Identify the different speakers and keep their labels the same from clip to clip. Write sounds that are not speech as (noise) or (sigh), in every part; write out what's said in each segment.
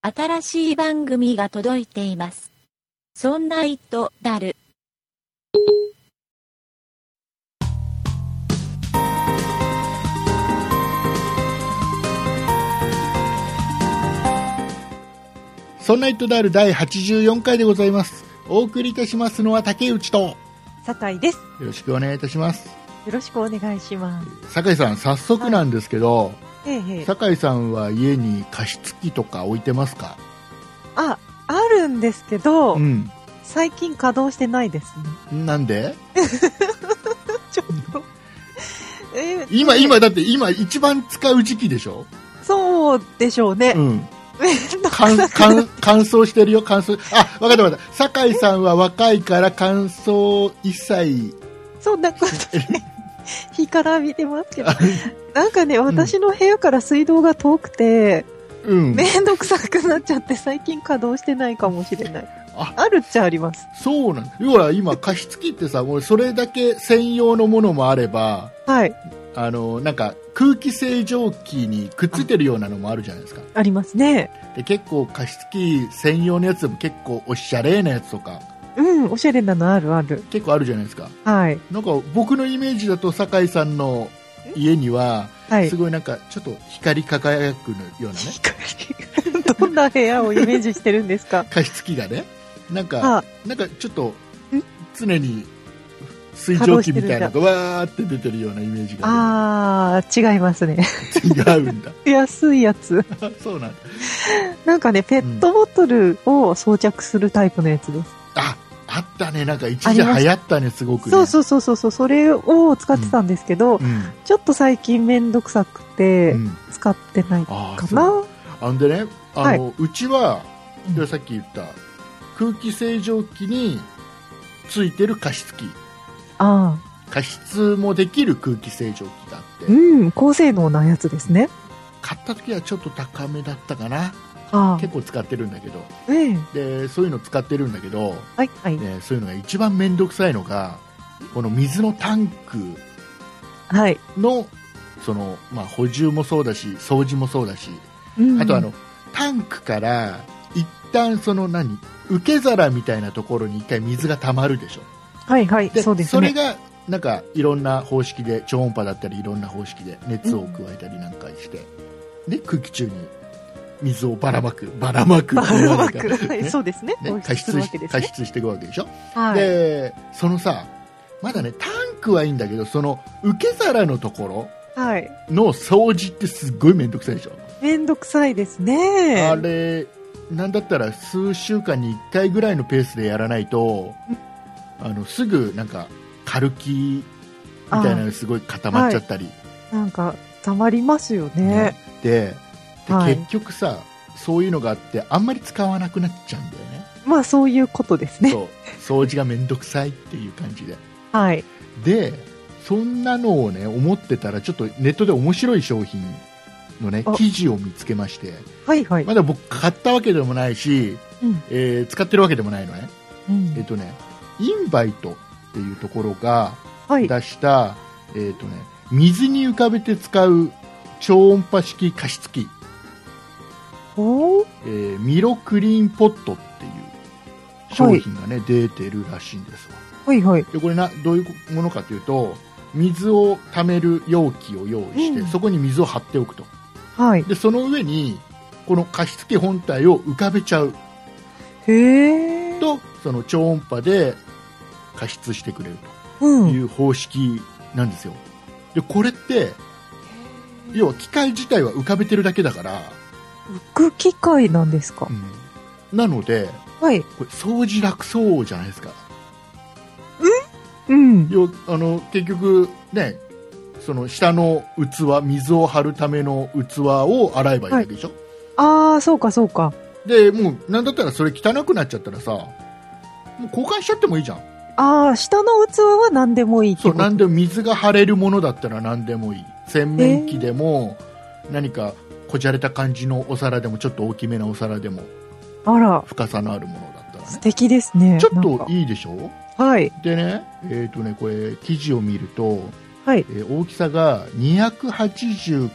Speaker 1: 新しい番組が届いています。そんな糸だる。
Speaker 2: そんな糸である第84回でございます。お送りいたしますのは竹内と、よ
Speaker 3: 酒井です。
Speaker 2: ろしくお願いいたします。
Speaker 3: よろしくお願いします。
Speaker 2: 酒井さん、早速なんですけど、
Speaker 3: ええ、
Speaker 2: 酒井さんは家に加湿器とか置いてますか
Speaker 3: あ、あるんですけど、
Speaker 2: うん。
Speaker 3: 最近稼働してないですね。
Speaker 2: なんで
Speaker 3: ちょっと。ええ
Speaker 2: 今、今、だって今一番使う時期でしょ
Speaker 3: そうでしょうね
Speaker 2: う。 (laughs) ん。
Speaker 3: めんどく
Speaker 2: 乾
Speaker 3: さく
Speaker 2: 乾乾燥してるよ、乾燥。あ、わかったわかった。酒井さんは若いから乾燥一切。
Speaker 3: そんなこ
Speaker 2: (laughs)
Speaker 3: とね。日から見てますけど。なんかね、
Speaker 2: ん
Speaker 3: 私の部屋から水道が遠くて、
Speaker 2: (laughs) うん。
Speaker 3: めんどくさくなっちゃって、最近稼働してないかもしれない。
Speaker 2: あ
Speaker 3: あるっちゃあります。
Speaker 2: そうなんだ。要は今、加湿器ってさ、もうそれだけ専用のものもあれば、
Speaker 3: はい、
Speaker 2: あのなんか空気清浄機にくっついてるようなのもあるじゃないですか
Speaker 3: ありますね。
Speaker 2: で結構加湿器専用のやつでも結構おしゃれなやつとか
Speaker 3: うん、おしゃれなのあるある。
Speaker 2: 結構あるじゃないですか
Speaker 3: はい、
Speaker 2: なんか僕のイメージだと酒井さんの家には
Speaker 3: はい
Speaker 2: す。ごいなんかちょっと光り輝くようなね
Speaker 3: 光 (laughs) どんな部屋をイメージしてるんで
Speaker 2: (laughs)
Speaker 3: すか
Speaker 2: 加湿器がねなんか
Speaker 3: あ
Speaker 2: なんかちょっと常に水蒸気みたいなのがわーって出てるようなイメージがあ
Speaker 3: あー、違いま
Speaker 2: (laughs)
Speaker 3: すね。
Speaker 2: る (laughs) 違うんだ
Speaker 3: 安いやつ。
Speaker 2: そうなんだ
Speaker 3: なんかね、ペットボトルを装着するタイプのやつです。
Speaker 2: ああったねなんか一
Speaker 3: あ
Speaker 2: 時
Speaker 3: りました
Speaker 2: 流行ったねすごくね
Speaker 3: そうそうそうそうそう、それを使ってたんですけど、
Speaker 2: うん
Speaker 3: ちょっと最近めんどくさくて
Speaker 2: う、ん
Speaker 3: 使ってないか
Speaker 2: ああ
Speaker 3: な。
Speaker 2: そうあんでねあの、うちは
Speaker 3: うん
Speaker 2: いやさっき言った空気清浄機についてる加湿器
Speaker 3: ああ、
Speaker 2: 加湿もできる空気清浄機があって、
Speaker 3: うん、高性能なやつですね。
Speaker 2: 買った時はちょっと高めだったかな
Speaker 3: あ
Speaker 2: 結構使ってるんだけど
Speaker 3: あ、ええ、
Speaker 2: でそういうの使ってるんだけど、
Speaker 3: はい、はい、
Speaker 2: ね、そういうのが一番面倒くさいのがこの水のタンク
Speaker 3: はい。
Speaker 2: のその、まあ、補充もそうだし掃除もそうだし
Speaker 3: うん
Speaker 2: あとあの、、タンクから一旦その何受け皿みたいなところに一回水が溜まるでしょ
Speaker 3: はい、はい、そうです
Speaker 2: れ
Speaker 3: ね。
Speaker 2: がなんかいろんな方式で超音波だったりいろんな方式で熱を加えたりなんかして、で空気中に水をばらまくばらまく
Speaker 3: (laughs) バルバ
Speaker 2: (laughs) ね
Speaker 3: ック、はい、そうですね。
Speaker 2: ね
Speaker 3: 放
Speaker 2: 加
Speaker 3: 出す
Speaker 2: 湿
Speaker 3: るわ
Speaker 2: し
Speaker 3: けです
Speaker 2: 加
Speaker 3: ね。
Speaker 2: 湿していくわけでしょ、
Speaker 3: はい。
Speaker 2: でそのさまだねタンクはいいんだけどその受け皿のところ
Speaker 3: はい。
Speaker 2: の掃除ってすっごい面倒くさいでしょ
Speaker 3: めんどくさいですね。
Speaker 2: あれ、なんだったら数週間に1回ぐらいのペースでやらないと、あのすぐなんか、軽気みたいなのがすごい固まっちゃったり、
Speaker 3: なんか、たまりますよね。
Speaker 2: ねでで
Speaker 3: はい
Speaker 2: 結局さ、そういうのがあって、あんまり使わなくなっちゃうんだよね、
Speaker 3: まあ、そういうことですね。
Speaker 2: そう掃除がめんどくさいっていう感じで。
Speaker 3: はい。
Speaker 2: でそんなのをね思ってたらちょっとネットで面白い商品のね
Speaker 3: あ
Speaker 2: 記事を見つけまして
Speaker 3: はいはい。
Speaker 2: まだ僕買ったわけでもないし、
Speaker 3: うん
Speaker 2: えー使ってるわけでもないのね
Speaker 3: うん
Speaker 2: えっとね、インバイトっていうところが
Speaker 3: はい。
Speaker 2: 出した、えっとね、水に浮かべて使う超音波式加湿器、
Speaker 3: おー
Speaker 2: えーミロクリーンポットっていう商品がね、出てるらしいんですわ
Speaker 3: はいはい。
Speaker 2: でこれなどういうものかというと水を溜める容器を用意して、
Speaker 3: うん
Speaker 2: そこに水を張っておくと
Speaker 3: はい。
Speaker 2: でその上にこの加湿器本体を浮かべちゃう
Speaker 3: へえ。
Speaker 2: とその超音波で加湿してくれると
Speaker 3: う
Speaker 2: い
Speaker 3: ん。
Speaker 2: う方式なんですよ。で、これって、要は機械自体は浮かべてるだけだから、
Speaker 3: 浮く機械なんですか。
Speaker 2: なので、
Speaker 3: はい。
Speaker 2: これ掃除楽そうじゃないですか。
Speaker 3: うん。
Speaker 2: 要あの結局、ね、その下の器、水を張るための器を洗えばいいだけでしょ。
Speaker 3: ああ、そうかそうか。
Speaker 2: で、もう、なんだったらそれ汚くなっちゃったらさ、もう交換しちゃってもいいじゃん。
Speaker 3: ああ、下の器は何でもいいって
Speaker 2: そ
Speaker 3: こ
Speaker 2: う、な
Speaker 3: と
Speaker 2: んでも水が張れるものだったら何でもいい。洗面器でも、何かこじゃれた感じのお皿でも、ちょっと大きめなお皿でも、
Speaker 3: あら、
Speaker 2: 深さのあるものだったら
Speaker 3: 素
Speaker 2: ね。
Speaker 3: 敵ですね。
Speaker 2: ちょ
Speaker 3: なん
Speaker 2: っ
Speaker 3: か
Speaker 2: といいでしょ
Speaker 3: はい。
Speaker 2: でね、えっ、とね、これ、記事を見ると、
Speaker 3: はい。
Speaker 2: えー大きさが 280×120。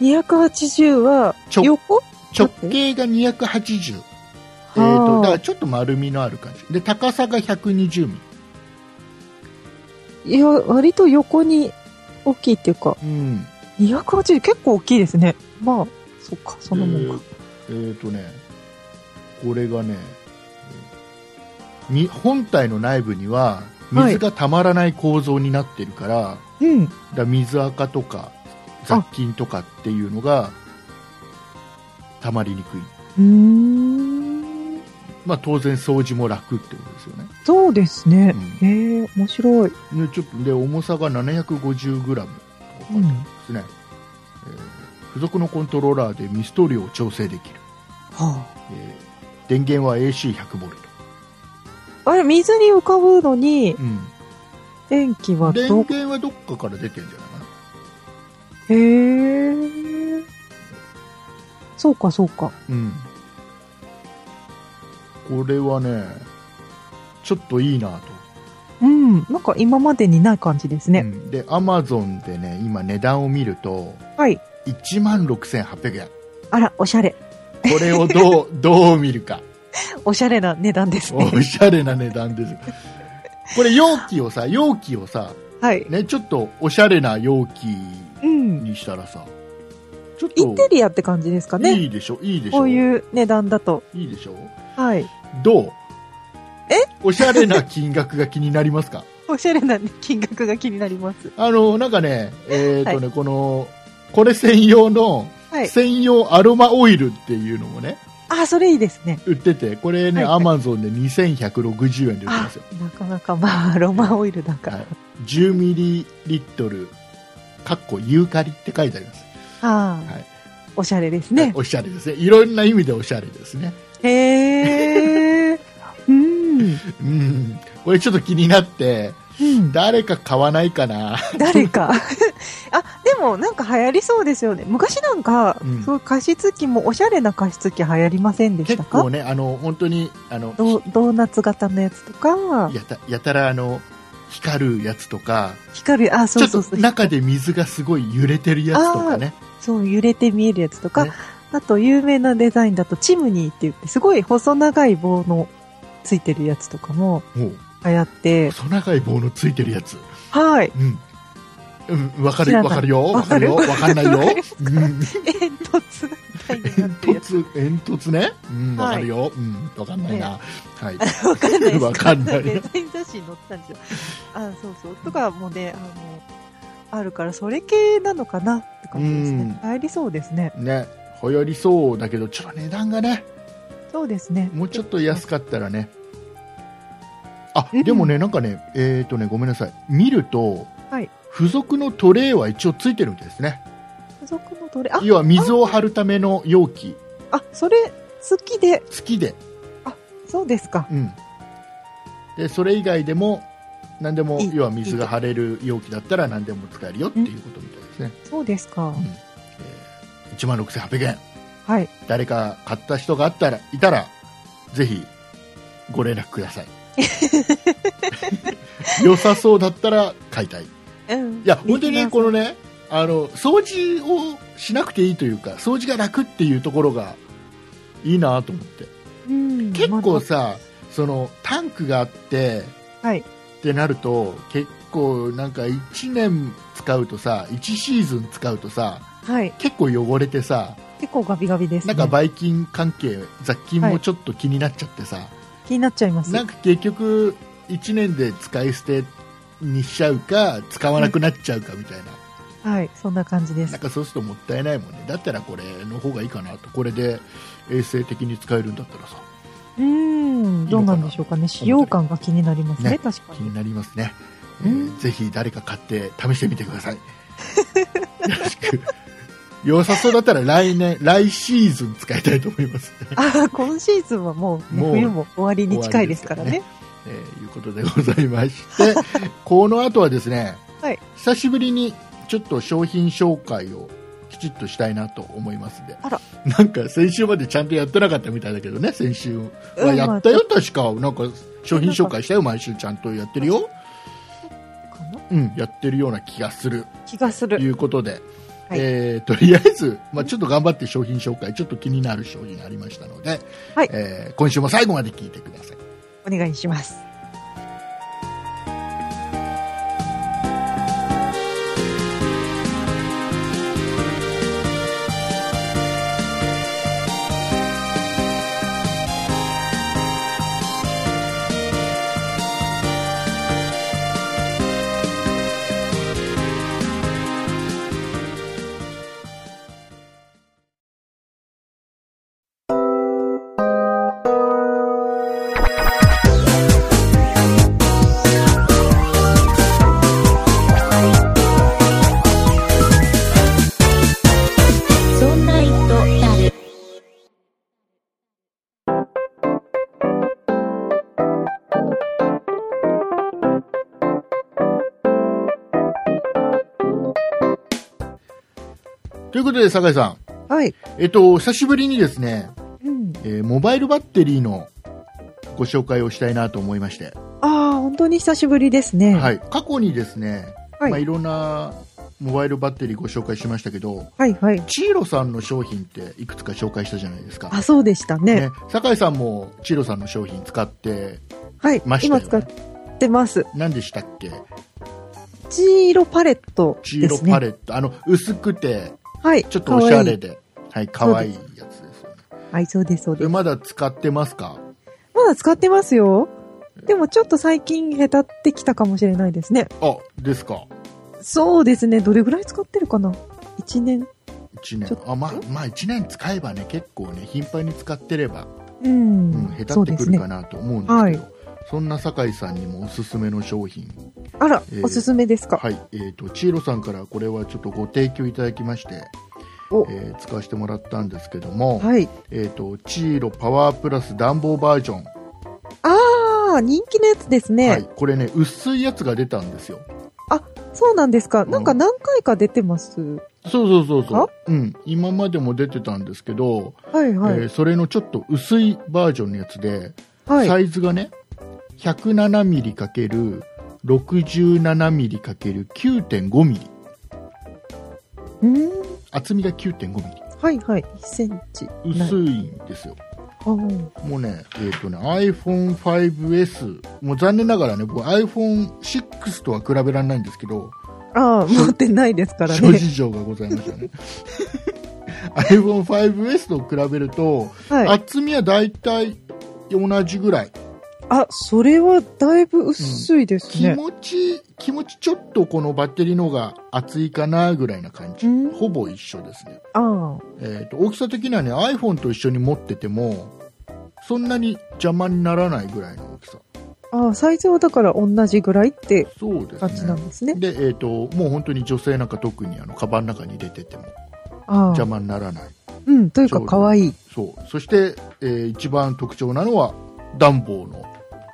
Speaker 3: 280は
Speaker 2: ちょ
Speaker 3: 横
Speaker 2: 直径が280、えー、と
Speaker 3: は
Speaker 2: だか
Speaker 3: あ
Speaker 2: らちょっと丸みのある感じで高さが120ミ
Speaker 3: いや、割と横に大きいっていうか、
Speaker 2: リ、うん
Speaker 3: 280結構大きいですね。まあ、そっか、そのもんか。
Speaker 2: えっ、ーとねこれがねに本体の内部には水がたまらない構造になってるから,、
Speaker 3: うん。
Speaker 2: だから水垢とか雑菌とかっていうのがたまりにくい、
Speaker 3: うーん。
Speaker 2: まあ、当然掃除も楽ってことですよね
Speaker 3: そうですね。
Speaker 2: う
Speaker 3: ええ、面白い。
Speaker 2: でちょっとで重さが 750g とか書いてますね、えー付属のコントローラーでミスト量を調整できる、
Speaker 3: は
Speaker 2: えー電源は AC100V、
Speaker 3: あ。あれ、水に浮かぶのに、
Speaker 2: うん、
Speaker 3: 電気は
Speaker 2: 電
Speaker 3: ど、
Speaker 2: 源はどっかから出てるんじゃないかな
Speaker 3: へえ。そうか、そうか。
Speaker 2: うん、これはねちょっといいなと、
Speaker 3: うん。なんか今までにない感じです
Speaker 2: う
Speaker 3: ね。
Speaker 2: んでアマゾンでね今値段を見ると
Speaker 3: はい。
Speaker 2: 1万6800円
Speaker 3: あら、おしゃれ。
Speaker 2: これをど
Speaker 3: (laughs)
Speaker 2: うどう見るか
Speaker 3: おしゃれな値段ですね。
Speaker 2: おしゃれな値段ですこれ容器をさ容器をさ、
Speaker 3: はい。
Speaker 2: ね、ちょっとおしゃれな容器
Speaker 3: うん。
Speaker 2: にしたらさちょっ
Speaker 3: イン
Speaker 2: と
Speaker 3: テリアって感じですかね。
Speaker 2: いいでしょいいでしょ
Speaker 3: こういう値段だと。
Speaker 2: いいでしょ
Speaker 3: はい。
Speaker 2: どう
Speaker 3: え
Speaker 2: おしゃれな金額が気になりますか (laughs)
Speaker 3: おしゃれな金額が気になります。
Speaker 2: あの、なんかね、えっ、とね、この、これ専用の、
Speaker 3: はい。
Speaker 2: 専用アロマオイルっていうのもね、
Speaker 3: あ、それいいですね。
Speaker 2: 売ってて、これね、
Speaker 3: はい
Speaker 2: ア
Speaker 3: は
Speaker 2: マゾンで2160円で売ってま
Speaker 3: あ
Speaker 2: すよ。、
Speaker 3: なかなかまあ、ロマンオイルだから。
Speaker 2: はい、10ミリリットル、かっこユーカリって書いてあります。
Speaker 3: は
Speaker 2: はい
Speaker 3: い。おしゃれですね。
Speaker 2: おしゃれですね。いろんな意味でおしゃれですね。
Speaker 3: へえ。うん。うん。
Speaker 2: うん。これちょっと気になって、誰か買わないかな。
Speaker 3: 誰か。 (laughs) あ、でもなんか流行りそうですよね。昔なんか、
Speaker 2: うん
Speaker 3: そういう加湿器もおしゃれな加湿器流行りませんでし
Speaker 2: 結
Speaker 3: たか
Speaker 2: 構ね、あの、本当に、あの、
Speaker 3: ドドーナツ型のやつとか、
Speaker 2: やたやたらあの、光るやつとか、
Speaker 3: 光る、あ、そ
Speaker 2: ちょ
Speaker 3: う
Speaker 2: っ
Speaker 3: そう
Speaker 2: と
Speaker 3: そう。
Speaker 2: 中で水がすごい揺れてるやつとかね。
Speaker 3: そう、揺れて見えるやつとか、
Speaker 2: ね
Speaker 3: あと有名なデザインだとチムニーって言って、すごい細長い棒のついてるやつとかも
Speaker 2: もう、
Speaker 3: 流行って、
Speaker 2: 細長い棒のついてるやつ。
Speaker 3: はい。 (laughs)
Speaker 2: うん。うん、わか
Speaker 3: 知
Speaker 2: る、
Speaker 3: らない
Speaker 2: わかるよ。わ
Speaker 3: わ
Speaker 2: か
Speaker 3: か
Speaker 2: る
Speaker 3: る
Speaker 2: よ。わかんないよ
Speaker 3: わかりま。
Speaker 2: うん。
Speaker 3: 煙突みたいにな
Speaker 2: 煙
Speaker 3: ってるや
Speaker 2: 突、煙突ね。うん、
Speaker 3: はい
Speaker 2: わかるよ。うん、わかんないな。はい。
Speaker 3: つ。 (laughs) わかんないです。
Speaker 2: わかんない
Speaker 3: デザイン雑誌に載ってたんですよ。あ、そうそう。とかもね、あの、あるから、それ系なのかなって感じですね。流行りそうですね。
Speaker 2: ね、流行りそうだけど、ちょっと値段がね、
Speaker 3: そうですね。
Speaker 2: もうちょっと安かったらね。あ
Speaker 3: う、ん
Speaker 2: でもね、なんかね、えっ、ー、とね、ごめんなさい。見ると、
Speaker 3: はい
Speaker 2: 付属のトレイは一応ついてるんですね。
Speaker 3: 付属のどれ、あ、
Speaker 2: 要は水を張るための容器、
Speaker 3: あ、それ、好きで、
Speaker 2: 付きで。
Speaker 3: そうですか。
Speaker 2: うん、でそれ以外でも何でも
Speaker 3: いい
Speaker 2: 要は水が張れる容器だったら何でも使えるよっていうことみたいですね、
Speaker 3: そうです
Speaker 2: う
Speaker 3: か
Speaker 2: ん。え1万6800円
Speaker 3: はい。
Speaker 2: 誰か買った人があったらいたらぜひご連絡くださ
Speaker 3: (laughs)
Speaker 2: い良さそうだったら買いたいい
Speaker 3: うん。
Speaker 2: や本当に
Speaker 3: でき
Speaker 2: ね
Speaker 3: ます
Speaker 2: このねあの掃除をしなくていいというか掃除が楽っていうところがいいなと思って
Speaker 3: うん
Speaker 2: 結
Speaker 3: ま
Speaker 2: 構
Speaker 3: あ
Speaker 2: さそのタンクがあって
Speaker 3: はい。
Speaker 2: ってなると結構なんか1年使うとさ1シーズン使うとさ
Speaker 3: はい。
Speaker 2: 結構汚れてさ
Speaker 3: 結構ガビガビです、
Speaker 2: な
Speaker 3: ね。
Speaker 2: んかばい菌関係雑菌
Speaker 3: は
Speaker 2: も
Speaker 3: い
Speaker 2: ちょっと気になっちゃってさ、
Speaker 3: 気になっちゃいます。
Speaker 2: なんか結局1年で使い捨てにしちゃうか使わなくなっちゃうかみたいな,、
Speaker 3: はい。そんな感じで
Speaker 2: なん
Speaker 3: す。
Speaker 2: かそうするともったいないもんねだったらこれの方がいいかなとこれで衛生的に使えるんだったらさ
Speaker 3: うーん。どうなんでしょうかね。使用感が気になりますね。
Speaker 2: ね
Speaker 3: 確か
Speaker 2: 気
Speaker 3: に。
Speaker 2: になりますね、え
Speaker 3: う
Speaker 2: ー
Speaker 3: ん
Speaker 2: ぜひ誰か買って試してみてくださいよろしく良さそうだったら来年来シーズン使いたいと思います、ね
Speaker 3: あ、今シーズンはもうね、
Speaker 2: もう
Speaker 3: 冬も終わりに近いですからね。
Speaker 2: えーいうことでございましてこの後はですね、
Speaker 3: はい
Speaker 2: 久しぶりにちょっと商品紹介をきちっとしたいなと思いますんで
Speaker 3: あら
Speaker 2: なんか先週までちゃんとやってなかったみたいだけどね先週は
Speaker 3: うん
Speaker 2: やったよ、確かなんか商品紹介したよ毎週ちゃんとやってるよ、
Speaker 3: まあか
Speaker 2: うん、やってるような気がする
Speaker 3: な気がす
Speaker 2: と
Speaker 3: る。
Speaker 2: いうことで、
Speaker 3: はい
Speaker 2: えーとりあえず、まあ、ちょっと頑張って商品紹介ちょっと気になる商品ありましたので、
Speaker 3: はい
Speaker 2: えー今週も最後まで聞いてください。
Speaker 3: お願いします。
Speaker 1: そんな糸だる。
Speaker 2: ということで酒井さん、
Speaker 3: はい。
Speaker 2: えっと久しぶりにですね、
Speaker 3: うん。
Speaker 2: えーモバイルバッテリーのご紹介をしたいなと思いまして、
Speaker 3: ああ、本当に久しぶりですね。。
Speaker 2: はいい、過去にですね、
Speaker 3: はい
Speaker 2: まあ、いろんなモバイルバッテリーご紹介しましたけど
Speaker 3: はい、はい。
Speaker 2: チーロさんの商品っていくつか紹介したじゃないですか。
Speaker 3: あ、そうでしたね。
Speaker 2: ね、酒井さんもチーロさんの商品使って
Speaker 3: はい
Speaker 2: ま。したよ
Speaker 3: 今
Speaker 2: ね
Speaker 3: 使ってます。
Speaker 2: 何でしたっけ
Speaker 3: チーロパレット
Speaker 2: チー
Speaker 3: で
Speaker 2: ロ
Speaker 3: すね。
Speaker 2: パレット、あの薄くて
Speaker 3: はい。
Speaker 2: ちょっとおしゃれ
Speaker 3: か
Speaker 2: ではい可愛いやつですよね
Speaker 3: わいい。はい、そうです、そう
Speaker 2: そ
Speaker 3: で
Speaker 2: れ
Speaker 3: す。
Speaker 2: まだ使ってますか
Speaker 3: まだ使ってますよ。でもちょっと最近下手ってきたかもしれないですね。
Speaker 2: あですか
Speaker 3: そうですね。どれぐらい使ってるかな ?1 年。
Speaker 2: 1
Speaker 3: ちょ
Speaker 2: 年
Speaker 3: っと
Speaker 2: あまあまあ1年使えばね結構ね頻繁に使ってれば、う
Speaker 3: う。
Speaker 2: んん、
Speaker 3: そ
Speaker 2: 下
Speaker 3: う
Speaker 2: 手っ
Speaker 3: で
Speaker 2: て
Speaker 3: す
Speaker 2: くる
Speaker 3: ね
Speaker 2: か。なと思うんですけど
Speaker 3: はい
Speaker 2: そんな酒井さんにもおすすめの商品
Speaker 3: あら、
Speaker 2: えー
Speaker 3: おすすめですか。
Speaker 2: はいえー、とチーロさんからこれはちょっとご提供いただきまして、
Speaker 3: お
Speaker 2: えー使わせてもらったんですけども、
Speaker 3: はい。
Speaker 2: えー、とチーロパワープラス暖房バージョン、
Speaker 3: ああ、人気のやつですね。
Speaker 2: はい、これね薄いやつが出たんですよ
Speaker 3: そうなんですか。
Speaker 2: ん
Speaker 3: なんか何回か出てます。
Speaker 2: そうそうそうそう、うん、今までも出てたんですけど、
Speaker 3: はいはい。
Speaker 2: えーそれのちょっと薄いバージョンのやつで、
Speaker 3: はい。
Speaker 2: サイズがね 107mm×67mm×9.5mm
Speaker 3: うん。
Speaker 2: 厚みが 9.5mm
Speaker 3: はいはい。1センチ。
Speaker 2: 薄
Speaker 3: い。
Speaker 2: いんですよ
Speaker 3: あー
Speaker 2: もうね,、えー、とね iPhone5S もう残念ながらね僕 iPhone6 とは比べられないんですけど
Speaker 3: あー、持ってないですから
Speaker 2: 諸
Speaker 3: ね。
Speaker 2: 事情がございました
Speaker 3: (laughs)
Speaker 2: ね iPhone5S と比べると、
Speaker 3: はい。
Speaker 2: 厚みは大体同じぐらい
Speaker 3: あ、それはだいぶ薄いです
Speaker 2: 気
Speaker 3: ね。
Speaker 2: 持ち、気持ちちょっとこのバッテリーの方が厚いかなぐらいな感じ、
Speaker 3: うん
Speaker 2: ほぼ一緒ですね、
Speaker 3: ああ。
Speaker 2: えーと大きさ的にはね iPhone と一緒に持っててもそんなに邪魔にならないぐらいの大きさ
Speaker 3: ああ、サイズはだから同じぐらいって
Speaker 2: そうです
Speaker 3: 感じな
Speaker 2: ね
Speaker 3: んですね。
Speaker 2: で、えー、ともう本当に女性なんか特にあのカバンの中に入れてても
Speaker 3: あ
Speaker 2: 邪
Speaker 3: あ。
Speaker 2: 魔にならない
Speaker 3: うん。というか、可愛いい。
Speaker 2: そうそして、えー一番特徴なのは暖房の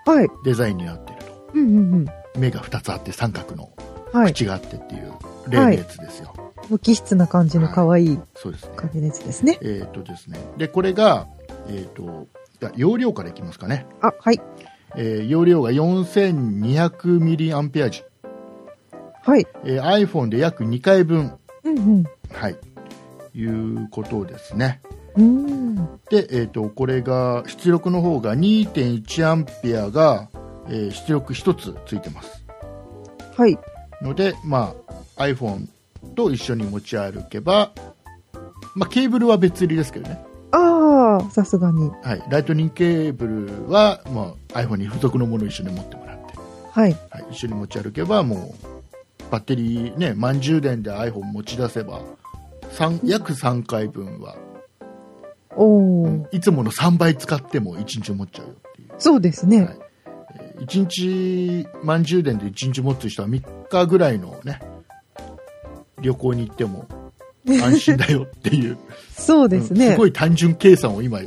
Speaker 3: はい。
Speaker 2: デザインになってると
Speaker 3: うんうんうん。
Speaker 2: 目が2つあって三角の
Speaker 3: はい。
Speaker 2: 口があってっていう例のやつですよ、
Speaker 3: 無機質な感じの可愛い
Speaker 2: そうですね
Speaker 3: 感じのやつですね。
Speaker 2: えーとですね、でこれが、えー、といや容量からいきますかね、
Speaker 3: あ、はい。
Speaker 2: えー容量が 4200mAh、
Speaker 3: はい。
Speaker 2: えー iPhone で約2回分、
Speaker 3: うん
Speaker 2: はい、いうことですね
Speaker 3: うん。うん。
Speaker 2: で、えー、とこれが出力の方が 2.1A が、えー出力1つついてます
Speaker 3: はい。
Speaker 2: ので、まあ、iPhone と一緒に持ち歩けば、まあ、ケーブルは別売りですけどね
Speaker 3: ああ、さすがに。
Speaker 2: はい、ライトニングケーブルは、まあ、iPhone に付属のものを一緒に持ってもらって、
Speaker 3: はい。
Speaker 2: はい、一緒に持ち歩けばもうバッテリーね満充電で iPhone 持ち出せば三約3回分は、
Speaker 3: おお、
Speaker 2: いつもの3倍使っても1日持っちゃうよっていう、
Speaker 3: そうですね。
Speaker 2: はいえー1日満充電で1日持つ人は3日ぐらいのね旅行に行って
Speaker 3: (laughs)
Speaker 2: も安心だよっていう
Speaker 3: そうですね。
Speaker 2: うんすごい単純計算を今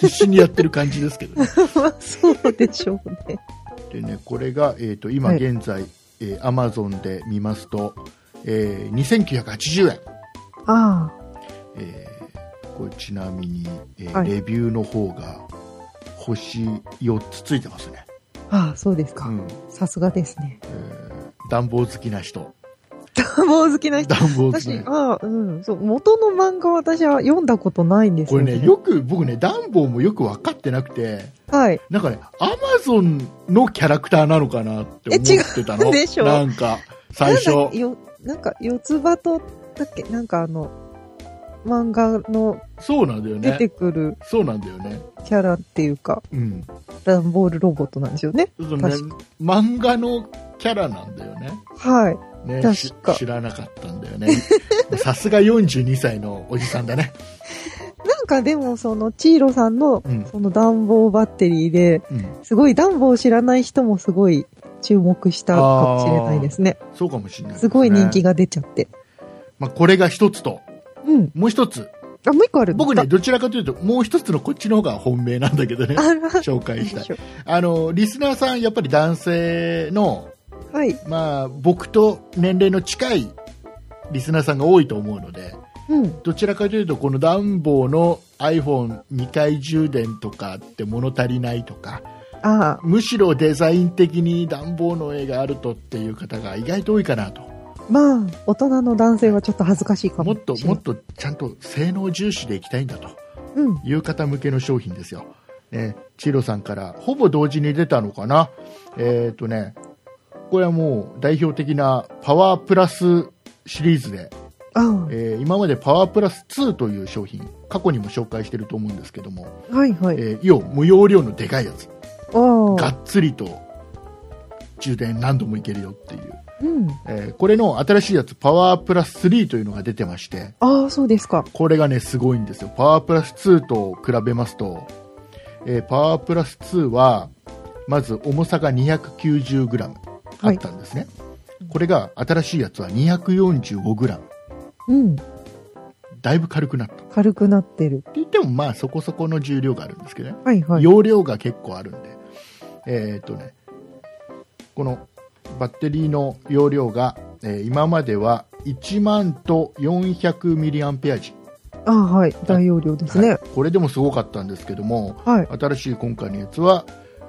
Speaker 2: 必死にやってる感じですけどね
Speaker 3: まあ (laughs) そうでしょうね。
Speaker 2: でね、これが、えー、と今
Speaker 3: はい
Speaker 2: 現在、えー Amazon で見ますと、えー2980円、
Speaker 3: ああ、
Speaker 2: えーこれちなみに、えー
Speaker 3: はい
Speaker 2: レビューの方が星4つついてますね、
Speaker 3: ああ、そうです
Speaker 2: う
Speaker 3: か。
Speaker 2: ん
Speaker 3: さすがですね
Speaker 2: え。ー暖房好きな人
Speaker 3: 棒好きな人。
Speaker 2: 暖房です
Speaker 3: (laughs) 私
Speaker 2: ね、
Speaker 3: あうん、そう、元の漫画は私は読んだことないんです
Speaker 2: こ
Speaker 3: よ、
Speaker 2: れ
Speaker 3: ね。
Speaker 2: ね、よく僕ね、暖房もよく分かってなくて、
Speaker 3: はい。
Speaker 2: なんかね、アマゾンのキャラクターなのかなって思ってた
Speaker 3: え違う
Speaker 2: の。
Speaker 3: でしょ
Speaker 2: なんか、最
Speaker 3: なん
Speaker 2: 初
Speaker 3: か、。よ、なんか、四つ葉と、だっけ、なんかあの、漫画の
Speaker 2: そうなんだよ
Speaker 3: 出
Speaker 2: ね
Speaker 3: て。くる
Speaker 2: そうなんだよね。
Speaker 3: キャラっていうか、
Speaker 2: うん。
Speaker 3: ダンボールロボットなんですよね。
Speaker 2: そうね
Speaker 3: 確
Speaker 2: 漫画のキャラなんだよね。
Speaker 3: はい。
Speaker 2: ね、し
Speaker 3: 確か
Speaker 2: 知らなかったんだよね。 (laughs) さすが42歳のおじさんだね。
Speaker 3: なんかでも、その、チーロさんの、
Speaker 2: うん。
Speaker 3: その暖房バッテリーで、
Speaker 2: うん。
Speaker 3: すごい暖房を知らない人もすごい注目したかもしれないですね。
Speaker 2: そうかもしれないですね
Speaker 3: ごい人気。が出ちゃって。
Speaker 2: まあ、これが一つと、
Speaker 3: うん。
Speaker 2: もう一つ。
Speaker 3: あ、もう一個あるんです
Speaker 2: 僕
Speaker 3: か
Speaker 2: ね、どちらかというと、もう一つのこっちの方が本命なんだけどね。
Speaker 3: あら、
Speaker 2: 紹介したい
Speaker 3: しょ。
Speaker 2: あの、リスナーさん、やっぱり男性の、
Speaker 3: はい。
Speaker 2: まあ、僕と年齢の近いリスナーさんが多いと思うので、
Speaker 3: うん。
Speaker 2: どちらかというと、この暖房の iPhone2 回充電とかって物足りないとか、
Speaker 3: あ
Speaker 2: むしろデザイン的に暖房の絵があるとっていう方が意外と多いかなと。
Speaker 3: あ、まあ、大人の男性はちょっと恥ずかしい
Speaker 2: も
Speaker 3: かも
Speaker 2: っと、
Speaker 3: しれ
Speaker 2: も
Speaker 3: な
Speaker 2: っ
Speaker 3: い。
Speaker 2: とちゃんと性能重視でいきたいんだと
Speaker 3: うん。
Speaker 2: いう方向けの商品ですよ。ね、チーロさんからほぼ同時に出たのかな。えっ、とね、これはもう代表的なパワープラスシリーズで、
Speaker 3: あ
Speaker 2: えー今までパワープラス2という商品、過去にも紹介してると思うんですけども、
Speaker 3: あ、はいはい。
Speaker 2: えーイオン無容量のでかいやつ、
Speaker 3: あ
Speaker 2: が
Speaker 3: あ。
Speaker 2: っつりと充電何度もいけるよっていう。
Speaker 3: うん。
Speaker 2: えーこれの新しいやつ、パワープラス3というのが出てまして、
Speaker 3: ああ、そうですか。
Speaker 2: これがね、すごいんですよ。パワープラス2と比べますと、えーパワープラス2は、まず重さが 290g あったんですね。これが、新しいやつは 245g。
Speaker 3: うん。
Speaker 2: だいぶ軽くなった。って
Speaker 3: 軽くなってる。
Speaker 2: 言っても、まあ、そこそこの重量があるんですけどね。
Speaker 3: はいはい。
Speaker 2: 容量が結構あるんで。えーっとね、このバッテリーの容量が、えー今までは1万と 400mAh 時。
Speaker 3: ああ、はい。大容量ですね。
Speaker 2: は
Speaker 3: はい
Speaker 2: これでもすごかったんですけども、
Speaker 3: い。
Speaker 2: 新しい今回のやつは、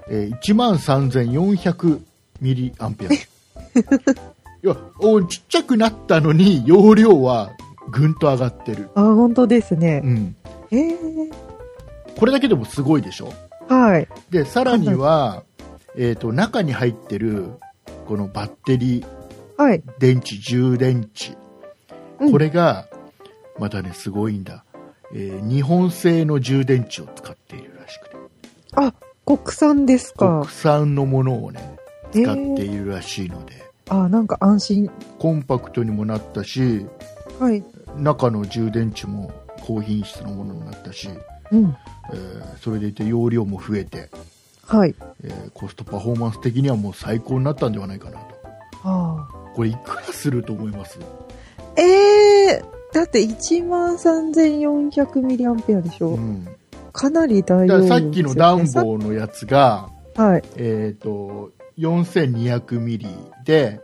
Speaker 2: えー、1万3400ミリアン
Speaker 3: (laughs)
Speaker 2: ペア。いやおちっちゃくなったのに容量はぐんと上がってる、
Speaker 3: ああ、本当ですね
Speaker 2: う。ん、
Speaker 3: ええ
Speaker 2: これだけでもすごいでしょ
Speaker 3: はい。
Speaker 2: でさらには、えー、と中に入ってるこのバッテリー
Speaker 3: はい。
Speaker 2: 電池充電池
Speaker 3: うん
Speaker 2: これがまたねすごいんだ、えー日本製の充電池を使っているらしくて
Speaker 3: あ、国産です
Speaker 2: 国
Speaker 3: か。
Speaker 2: 産のものをね
Speaker 3: ええ
Speaker 2: 使っているらしいので、
Speaker 3: ああ、なんか安心。
Speaker 2: コンパクトにもなったし
Speaker 3: はい。
Speaker 2: 中の充電池も高品質のものになったし、
Speaker 3: うん。
Speaker 2: えーそれでいて容量も増えて、
Speaker 3: はい。
Speaker 2: えーコストパフォーマンス的にはもう最高になったんではないかなと
Speaker 3: ああ。
Speaker 2: これいくらすると思います
Speaker 3: ええだって1万3400ミリアンペアでしょ。
Speaker 2: うん、だ
Speaker 3: かなり大
Speaker 2: か
Speaker 3: 容
Speaker 2: ら
Speaker 3: 量
Speaker 2: さっきの暖房のやつが、
Speaker 3: さはい。
Speaker 2: えー、と4200ミリで、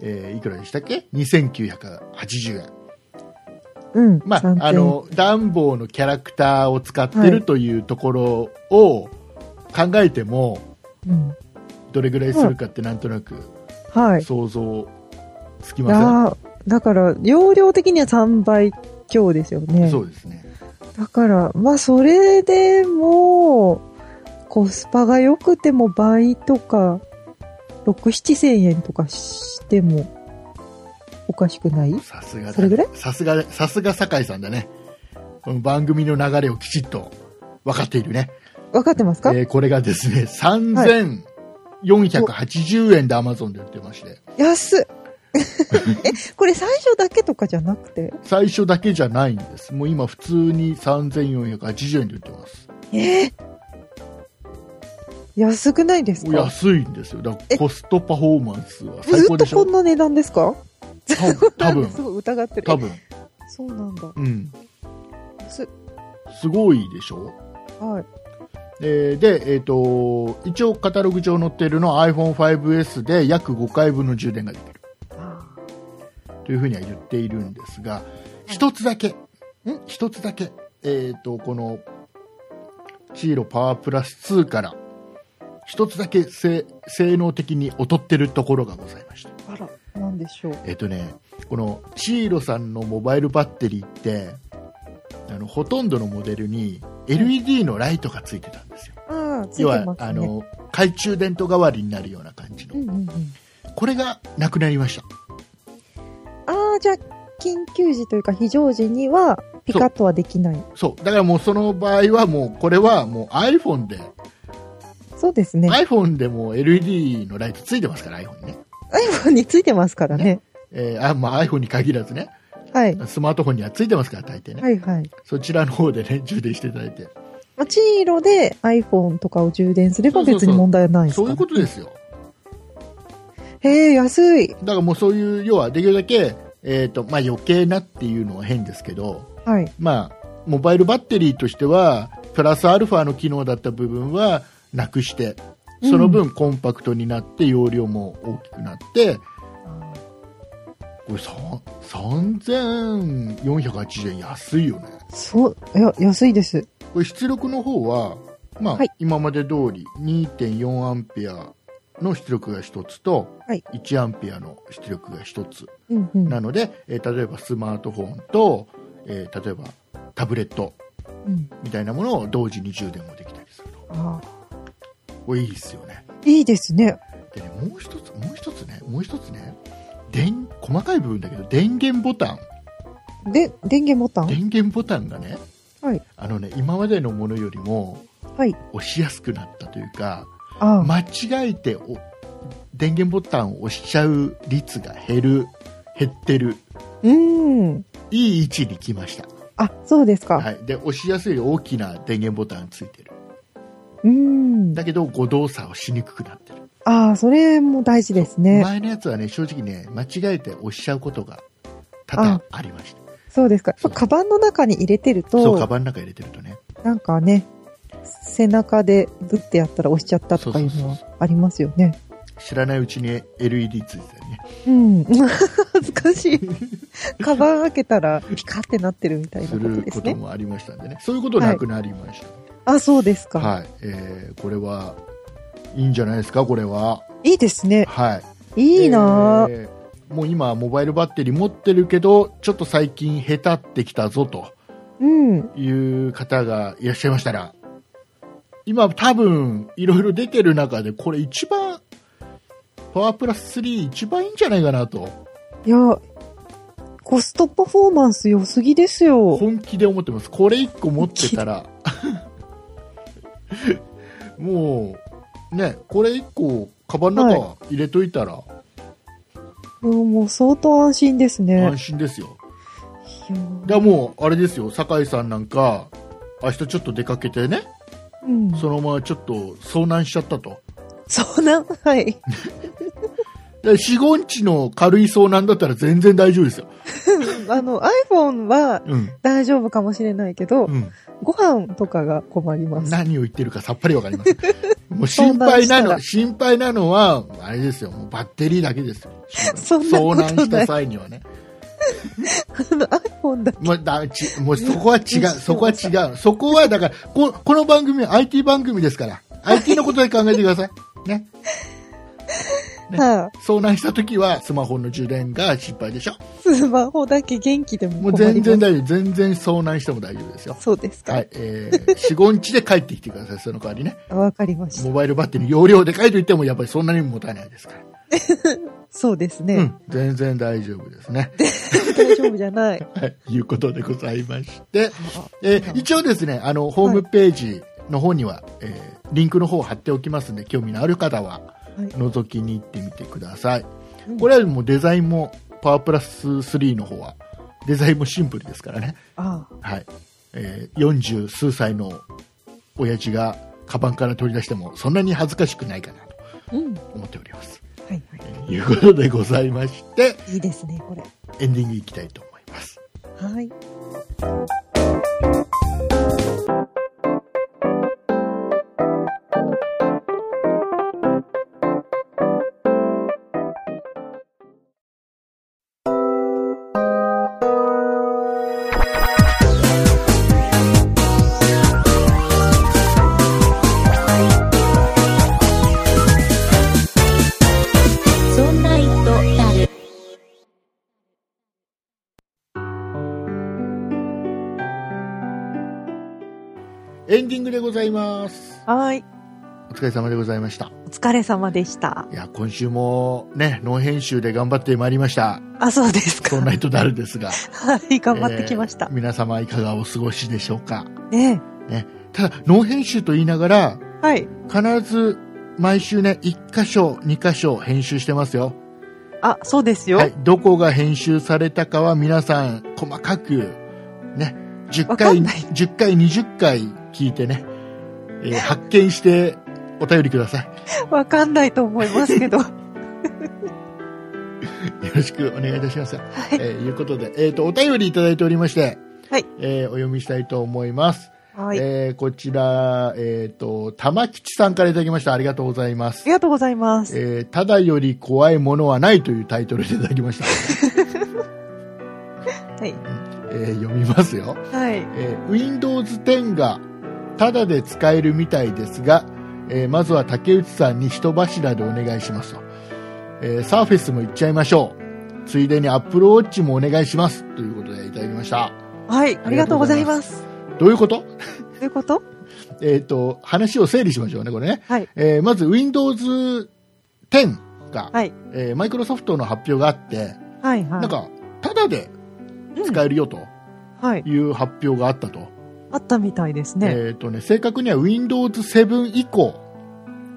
Speaker 2: えーいくらでしたっけ2980円
Speaker 3: うん。
Speaker 2: まあ
Speaker 3: 3000、
Speaker 2: あ、の暖房のキャラクターを使ってるというところを考えても、
Speaker 3: うん。
Speaker 2: どれぐらいするかってなんとなく
Speaker 3: はい。
Speaker 2: 想像つきま
Speaker 3: だ、だから、容量的には3倍強ですよ
Speaker 2: せん、
Speaker 3: ね。
Speaker 2: そうですね
Speaker 3: だから、まあ、それでも、コスパが良くても倍とか、6、7千円とかしても、おかしくない
Speaker 2: さすが
Speaker 3: そ
Speaker 2: だ
Speaker 3: れぐら
Speaker 2: ね
Speaker 3: い
Speaker 2: さすがさすが酒井さんだねこの番組の流れをきちっと分かっているね、
Speaker 3: わかってます
Speaker 2: え
Speaker 3: か、
Speaker 2: ーこれがですね3480円で Amazon で売ってまして
Speaker 3: 安っ (laughs) え、これ最初だけとかじゃなくて
Speaker 2: 最初だけじゃないんですもう今普通に3480円で売ってます
Speaker 3: えー安くないですか
Speaker 2: 安いんですよだから
Speaker 3: え
Speaker 2: コストパフォーマンスは最
Speaker 3: ず
Speaker 2: 高
Speaker 3: っ
Speaker 2: で
Speaker 3: と
Speaker 2: しょ
Speaker 3: こんな値段ですか (laughs)
Speaker 2: 多分
Speaker 3: すごい疑ってる。
Speaker 2: 多分
Speaker 3: そうなんだ。
Speaker 2: うん
Speaker 3: 安っ
Speaker 2: すごいでしょ
Speaker 3: はい。
Speaker 2: えーで、えー、と一応カタログ上載っているのは iPhone5S で約5回分の充電ができる
Speaker 3: あ
Speaker 2: というふうには言っているんですが一つだけん一つだけ、えー、とこのチーロパワープラス2から一つだけ性性能的に劣ってるところがございました
Speaker 3: ら、なんでしょう。
Speaker 2: えっ、とねこのシーロさんのモバイルバッテリーってあのほとんどのモデルに LED のライトがついてたんですよ、
Speaker 3: ああ、つい
Speaker 2: 要は
Speaker 3: てますね。
Speaker 2: あの懐中電灯代わりになるような感じの、
Speaker 3: うんうんうん。
Speaker 2: これがなくなりました
Speaker 3: ああ、じゃあ、緊急時というか非常時には、ピカッとはできない。
Speaker 2: そうだからもうその場合はもうこれはもう iPhone で、
Speaker 3: そうですね。
Speaker 2: iPhone でも LED のライトついてますから iPhone にね、
Speaker 3: iPhone についてますからね。
Speaker 2: えーあまあ、iPhone に限らずね
Speaker 3: はい。
Speaker 2: スマートフォンにはついてますから大抵ね、
Speaker 3: はいはい。
Speaker 2: そちらの方でね充電していただいて
Speaker 3: まあ、チーロで iPhone とかを充電すれ
Speaker 2: そ
Speaker 3: ば
Speaker 2: うそうそ
Speaker 3: 別
Speaker 2: う
Speaker 3: に問題はないですか
Speaker 2: そういうことですよ
Speaker 3: へえ、安い。
Speaker 2: だからもうそういう要はできるだけ、えーとまあ、余計なっていうのは変ですけど、
Speaker 3: はい。
Speaker 2: まあ、モバイルバッテリーとしてはプラスアルファの機能だった部分はなくしてその分コンパクトになって容量も大きくなって、これさん3480円安いよね
Speaker 3: そう、いや、安いです。
Speaker 2: これ出力の方は、まあ
Speaker 3: はい
Speaker 2: 今まで通り2.4アンペアの出力が1つと、
Speaker 3: はい
Speaker 2: 1アンペアの出力が1つ
Speaker 3: うんうん。
Speaker 2: なので、えー例えばスマートフォンと、えー例えばタブレット
Speaker 3: うん
Speaker 2: みたいなものを同時に充電もできたりすると
Speaker 3: ああ
Speaker 2: これいいですよね
Speaker 3: いいですね。
Speaker 2: でねもう一つもう一つねもう一つね電細かい部分だけど電源ボタン
Speaker 3: で、電源ボタン
Speaker 2: 電源ボタンがね
Speaker 3: はい。
Speaker 2: あのね今までのものよりも
Speaker 3: はい。
Speaker 2: 押しやすくなったというか
Speaker 3: ああ、
Speaker 2: 間違えてお電源ボタンを押しちゃう率が減る減ってる
Speaker 3: うーん。
Speaker 2: いい位置に来ました
Speaker 3: あ、そうですか。
Speaker 2: はい、で押しやすい大きな電源ボタンがついてる
Speaker 3: うーん。
Speaker 2: だけど誤動作をしにくくなってる、
Speaker 3: ああ、それも大事ですね。
Speaker 2: 前のやつはね正直ね間違えて押しちゃうことが多々ありました
Speaker 3: そうですか。
Speaker 2: そう
Speaker 3: カバンの中に入れてる
Speaker 2: そうカ
Speaker 3: と、
Speaker 2: バンの中入れてるとね
Speaker 3: なんかね、背中でグッてやったら押しちゃったとかいうのはありますよね。
Speaker 2: 知らないうちに LED ついてたりね
Speaker 3: うん。恥ずか (laughs) しい。カバン開けたらピカってなってるみたいな
Speaker 2: す
Speaker 3: こと
Speaker 2: る
Speaker 3: で
Speaker 2: こ
Speaker 3: す
Speaker 2: と
Speaker 3: ね。
Speaker 2: もありましたんでねそういうことなくなりまし
Speaker 3: あ、そうです
Speaker 2: た
Speaker 3: か。
Speaker 2: はい、えーこれはいいんじゃないですかこれはい
Speaker 3: いですね。
Speaker 2: はい
Speaker 3: いいなぁ。
Speaker 2: えーもう今モバイルバッテリー持ってるけどちょっと最近下手ってきたぞと
Speaker 3: うん。
Speaker 2: いう方がいらっしゃいましたら今多分いろいろ出てる中でこれ一番パワープラス3一番いいんじゃないかなと
Speaker 3: いや、コストパフォーマンス良すぎですよ。
Speaker 2: 本気で思ってますこれ1個持ってた
Speaker 3: (laughs)
Speaker 2: らもうねこれ1個カバンの中入れといたら
Speaker 3: うんもう相当安心ですね。
Speaker 2: 安心ですよ、
Speaker 3: いや
Speaker 2: だからもうあれですよ酒井さんなんか明日ちょっと出かけてね
Speaker 3: うん。
Speaker 2: そのままちょっと遭難しちゃったと
Speaker 3: そうなん、はい。
Speaker 2: (laughs) で四五日の軽い遭難だったら全然大丈夫ですよ
Speaker 3: あの、iPhone は
Speaker 2: うん、
Speaker 3: 大丈夫かもしれないけど、
Speaker 2: う
Speaker 3: ご飯とかが困りま
Speaker 2: ん、
Speaker 3: す。
Speaker 2: 何を言ってるか (laughs) さっぱりわかり
Speaker 3: (laughs)
Speaker 2: ませんもう心配な
Speaker 3: 遭難したら
Speaker 2: の心配なのはあれですよもうバッテリーだけですよ
Speaker 3: (laughs) そんなこ
Speaker 2: 遭
Speaker 3: とない
Speaker 2: 難した際にはね
Speaker 3: (laughs) あの iPhone だ。
Speaker 2: もうだちもうそこは違う、
Speaker 3: うん
Speaker 2: そこは違う、そこはだから、ここの番組は IT 番組ですから、IT のことで考えてくださ
Speaker 3: (laughs)
Speaker 2: い。ね。ね
Speaker 3: は
Speaker 2: 遭難した時はスマホの充電が心配でしょ。
Speaker 3: い (laughs) スマホだけ元気でも
Speaker 2: もう
Speaker 3: 困ります。
Speaker 2: 全然大丈夫、全然遭難しても大丈夫ですよ。
Speaker 3: そうですか。
Speaker 2: は
Speaker 3: わ、
Speaker 2: い、え
Speaker 3: (laughs)
Speaker 2: ー、4、5日で帰ってきてください、その代わりね。
Speaker 3: かりまし
Speaker 2: モバイルバッテリー容量でかいと言っても、やっぱりそんなにも持たないですから。
Speaker 3: た。そうですね。
Speaker 2: うん、全然大丈夫ですね。
Speaker 3: 大丈夫じゃない。
Speaker 2: はい、いうことでございまして、 (laughs) えー一応ですね、あの、ホームページの方には、えーリンクの方を貼っておきますんで、興味のある方は、
Speaker 3: はい
Speaker 2: 覗きに行ってみてください。
Speaker 3: うん
Speaker 2: これはもうデザインも、パワープラス3の方は、デザインもシンプルですからね。
Speaker 3: あ
Speaker 2: はい。えー、40数歳の親父が、カバンから取り出しても、そんなに恥ずかしくないかなと
Speaker 3: あ。うん。は
Speaker 2: 思っております。
Speaker 3: い
Speaker 2: え
Speaker 3: は
Speaker 2: ーいうことでございまして、
Speaker 3: い。いいですね、これ。
Speaker 2: エンディングいきたいと思います。
Speaker 3: はい。
Speaker 1: そんな糸だる。
Speaker 2: エンディングでございます。
Speaker 3: はい。
Speaker 2: お疲れ様でございました。
Speaker 3: お疲れ様でした。
Speaker 2: いや、今週もね、ノー編集で頑張ってまいりました。
Speaker 3: あ、そうです
Speaker 2: そ
Speaker 3: か。
Speaker 2: んな人であるですが。
Speaker 3: はい、 (laughs) 頑張ってきました
Speaker 2: えー。皆様いかがお過ごしでしょうか。
Speaker 3: ね
Speaker 2: ただ、ノー編集と言いながら、
Speaker 3: えはい。
Speaker 2: 必ず毎週ね、1箇所、2箇所編集してますよ。
Speaker 3: あ、そうですよ。
Speaker 2: はい。どこが編集されたかは皆さん、細かく、ね、10
Speaker 3: わか
Speaker 2: 回、
Speaker 3: んない
Speaker 2: 10回、20回聞いてね、えー発見してお便りください。
Speaker 3: わかんないと思います
Speaker 2: (laughs)
Speaker 3: けど。は
Speaker 2: よろしくお願いいたします。え
Speaker 3: い。
Speaker 2: ーいうことで、えっ、と、お便りいただいておりまして、
Speaker 3: はい。
Speaker 2: えーお読みしたいと思います。
Speaker 3: はい。あ
Speaker 2: えーこちら、えっ、と、玉吉さんからいただきました。ありがとうございます
Speaker 3: り。がとうございます。
Speaker 2: えーただより怖いものはないというタイトルでいただきました。 (laughs)
Speaker 3: はい。
Speaker 2: えー読みますよ。
Speaker 3: はい。
Speaker 2: えー Windows 10がただで使えるみたいですが、えーまずは竹内さんに人柱でお願いしますと。えー、Surface も行っちゃいましょう。ついでに Apple Watch もお願いします。ということでいただきました。
Speaker 3: はい。ありがとうございます。
Speaker 2: どういうこと
Speaker 3: どういうこと
Speaker 2: えっ、と、話を整理しましょうね、これね。
Speaker 3: はい。
Speaker 2: えーまず Windows 10が、
Speaker 3: はい。
Speaker 2: えーマイクロソフトの発表があって、
Speaker 3: はい。は
Speaker 2: な
Speaker 3: い。
Speaker 2: んか、ただで使えるよと
Speaker 3: はい。
Speaker 2: いう発表があったと。
Speaker 3: あったみたいですね。
Speaker 2: えっ、とね、正確には Windows 7以降、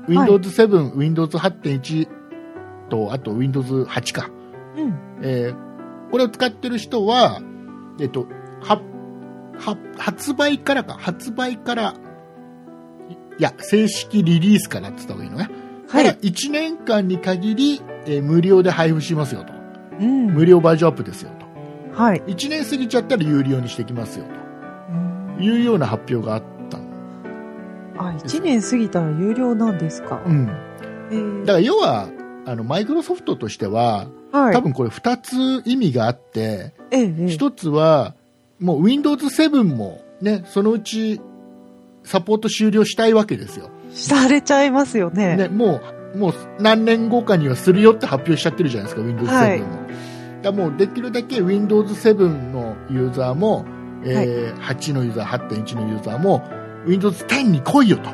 Speaker 2: Windows 7、Windows 8.1と、あと Windows 8か。
Speaker 3: うん。
Speaker 2: えーこれを使ってる人は、えっ、と、は、は、発売からか、発売から、いいや、正式リリースからって言った方がいいのね。
Speaker 3: は
Speaker 2: ただ
Speaker 3: い。
Speaker 2: 1年間に限り、えー無料で配布しますよと。
Speaker 3: うん。
Speaker 2: 無料バージョンアップですよと。
Speaker 3: はい。
Speaker 2: 1年過ぎちゃったら有料にしてきますよ
Speaker 3: うん
Speaker 2: というような発表があったの
Speaker 3: あ、1年過ぎたら有料なんですか。
Speaker 2: うん。
Speaker 3: えー
Speaker 2: だから要は、あの、マイクロソフトとしては、
Speaker 3: はい
Speaker 2: 多。分これ2つ意味があって、
Speaker 3: ええええ
Speaker 2: 1つは、もう Windows 7もね、そのうちサポート終了したいわけですよ。
Speaker 3: されちゃいますよね。
Speaker 2: ね、もう、もう何年後かにはするよって発表しちゃってるじゃないですか、Windows
Speaker 3: はい
Speaker 2: 7も。だからもうできるだけ Windows 7のユーザーも、えー8のユーザー、8.1のユーザーも、Windows 10に来いよと。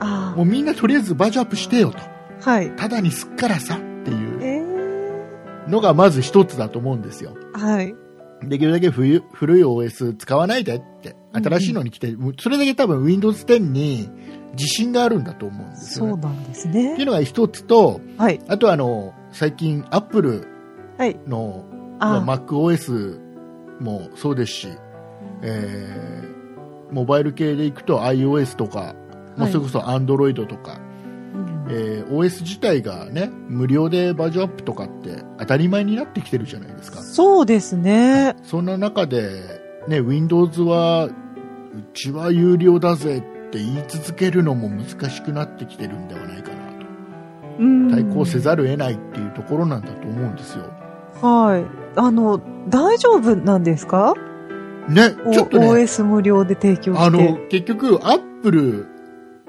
Speaker 3: あ
Speaker 2: もうみんなとりあえずバージョンアップしてよと。
Speaker 3: あ。はい。
Speaker 2: ただにすっからさっていう。
Speaker 3: えー、
Speaker 2: のがまず一つだと思うんですよ。
Speaker 3: はい。
Speaker 2: できるだけ古い古い OS 使わないでって、新しいのに来て、それだけ多分 Windows 10に自信があるんだと思うんですよ、
Speaker 3: そう
Speaker 2: ね。
Speaker 3: なんです
Speaker 2: ってい
Speaker 3: ね。
Speaker 2: うのが一つと、
Speaker 3: はい。
Speaker 2: あとはあの、最近 Apple
Speaker 3: はい。
Speaker 2: の
Speaker 3: あ
Speaker 2: まあ MacOS もそうですし、えーモバイル系でいくと iOS とか、まあ
Speaker 3: はい
Speaker 2: それこそ Android とか、
Speaker 3: うん
Speaker 2: えー OS 自体がね、無料でバージョンアップとかって当たり前になってきてるじゃないですか。
Speaker 3: そうですね。
Speaker 2: そんな中で、ね、Windows は、うちは有料だぜって言い続けるのも難しくなってきてるんではないかなと。
Speaker 3: うん
Speaker 2: 対抗せざるを得ないっていうところなんだと思うんですよ。
Speaker 3: はい。あの、大丈夫なんですか、
Speaker 2: ね、
Speaker 3: お
Speaker 2: ちょっとね、
Speaker 3: ?OS 無料で提供して。
Speaker 2: あの、結局、Apple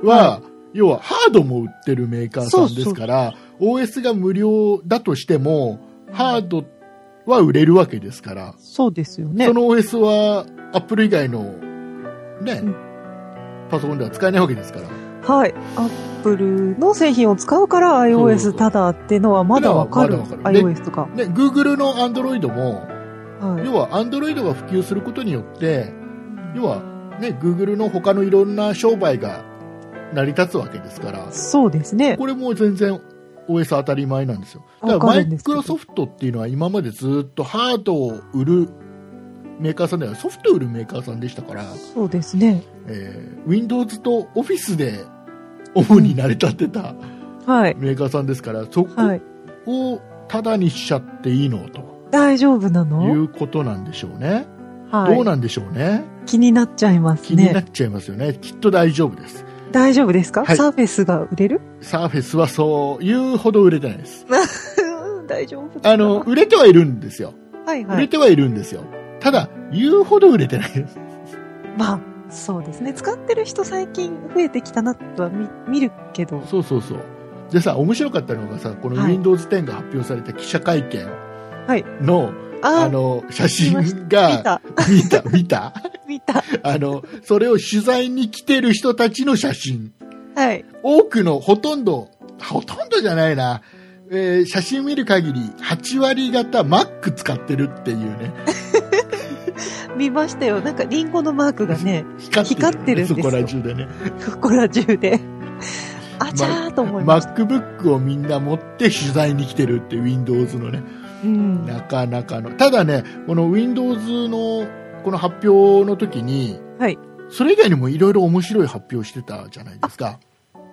Speaker 2: は、要はハードも売ってるメーカーさんですから、OS が無料だとしても、ハードは売れるわけですから、
Speaker 3: そうですよね。
Speaker 2: その OS は Apple 以外の、ね、
Speaker 3: うん
Speaker 2: パソコンでは使えないわけですから。
Speaker 3: はい。アップルの製品を使うから
Speaker 2: そう
Speaker 3: iOS ただってのはまだわかる。
Speaker 2: まだわかるね
Speaker 3: iOS とか。
Speaker 2: ね、Google の Android も、
Speaker 3: はい。
Speaker 2: 要は Android が普及することによって、要は、ね、Google の他のいろんな商売が成り立つわけですから、
Speaker 3: そうですね。
Speaker 2: これもう全然 OS 当たり前なんですよ。だ
Speaker 3: わ
Speaker 2: から
Speaker 3: か
Speaker 2: マ
Speaker 3: る
Speaker 2: イ
Speaker 3: んです
Speaker 2: ク
Speaker 3: けど
Speaker 2: ロソフトっていうのは今までずっとハードを売るメーカーさんではソフトを売るメーカーさんでしたから、
Speaker 3: そうですね。
Speaker 2: えー Windows と Office で主に成り立ってた
Speaker 3: はい。
Speaker 2: メーカーさんですから、そこ
Speaker 3: はい。
Speaker 2: をタダにしちゃっていいのと
Speaker 3: 大丈夫ないの
Speaker 2: うことなんでしょうね。
Speaker 3: は
Speaker 2: どう
Speaker 3: い。
Speaker 2: なんでしょうね。
Speaker 3: 気になっちゃいます
Speaker 2: 気にな
Speaker 3: ね。
Speaker 2: っちゃいますよね。きっと大丈夫です。
Speaker 3: 大丈夫ですか、
Speaker 2: はい
Speaker 3: サーフェスが売れ
Speaker 2: (laughs)
Speaker 3: る
Speaker 2: サーフェスはそう言うほど売れてないです。
Speaker 3: 大丈夫か
Speaker 2: あ
Speaker 3: (laughs)
Speaker 2: の、、売れてはいるんですよ。
Speaker 3: はい
Speaker 2: 売
Speaker 3: は
Speaker 2: れ
Speaker 3: い。
Speaker 2: てはいるんですよ。ただ、言うほど売れてないです。
Speaker 3: まあ、そうですね。使ってる人最近増えてきたなとは見見るけど。
Speaker 2: そうそうそう。でさ、面白かったのがさ、この
Speaker 3: はい
Speaker 2: Windows 10が発表された記者会見
Speaker 3: い
Speaker 2: の、
Speaker 3: あ
Speaker 2: あの、写
Speaker 3: 見まし
Speaker 2: 真
Speaker 3: 見
Speaker 2: が、
Speaker 3: た。
Speaker 2: (laughs) 見た、見た
Speaker 3: 見た。
Speaker 2: あの、それを取材に来てる人たちの写真。
Speaker 3: はい。
Speaker 2: 多くの、ほとんど、ほとんどじゃないな。えー写真見る限り、8割方 Mac 使ってるっていうね。
Speaker 3: 見ましたよ。なんかリンゴのマークが
Speaker 2: (laughs)
Speaker 3: ね、
Speaker 2: 光ってる,、
Speaker 3: 光ってるんですよ
Speaker 2: そこら中でね。
Speaker 3: ここら中で。あちゃーと思いました。
Speaker 2: MacBook をみんな持って取材に来てるっていう Windows のね。
Speaker 3: うん。
Speaker 2: なかなかの。ただね、この Windows のこの発表の時に、
Speaker 3: はい
Speaker 2: それ以外にもいろいろ面白い発表してたじゃないですか。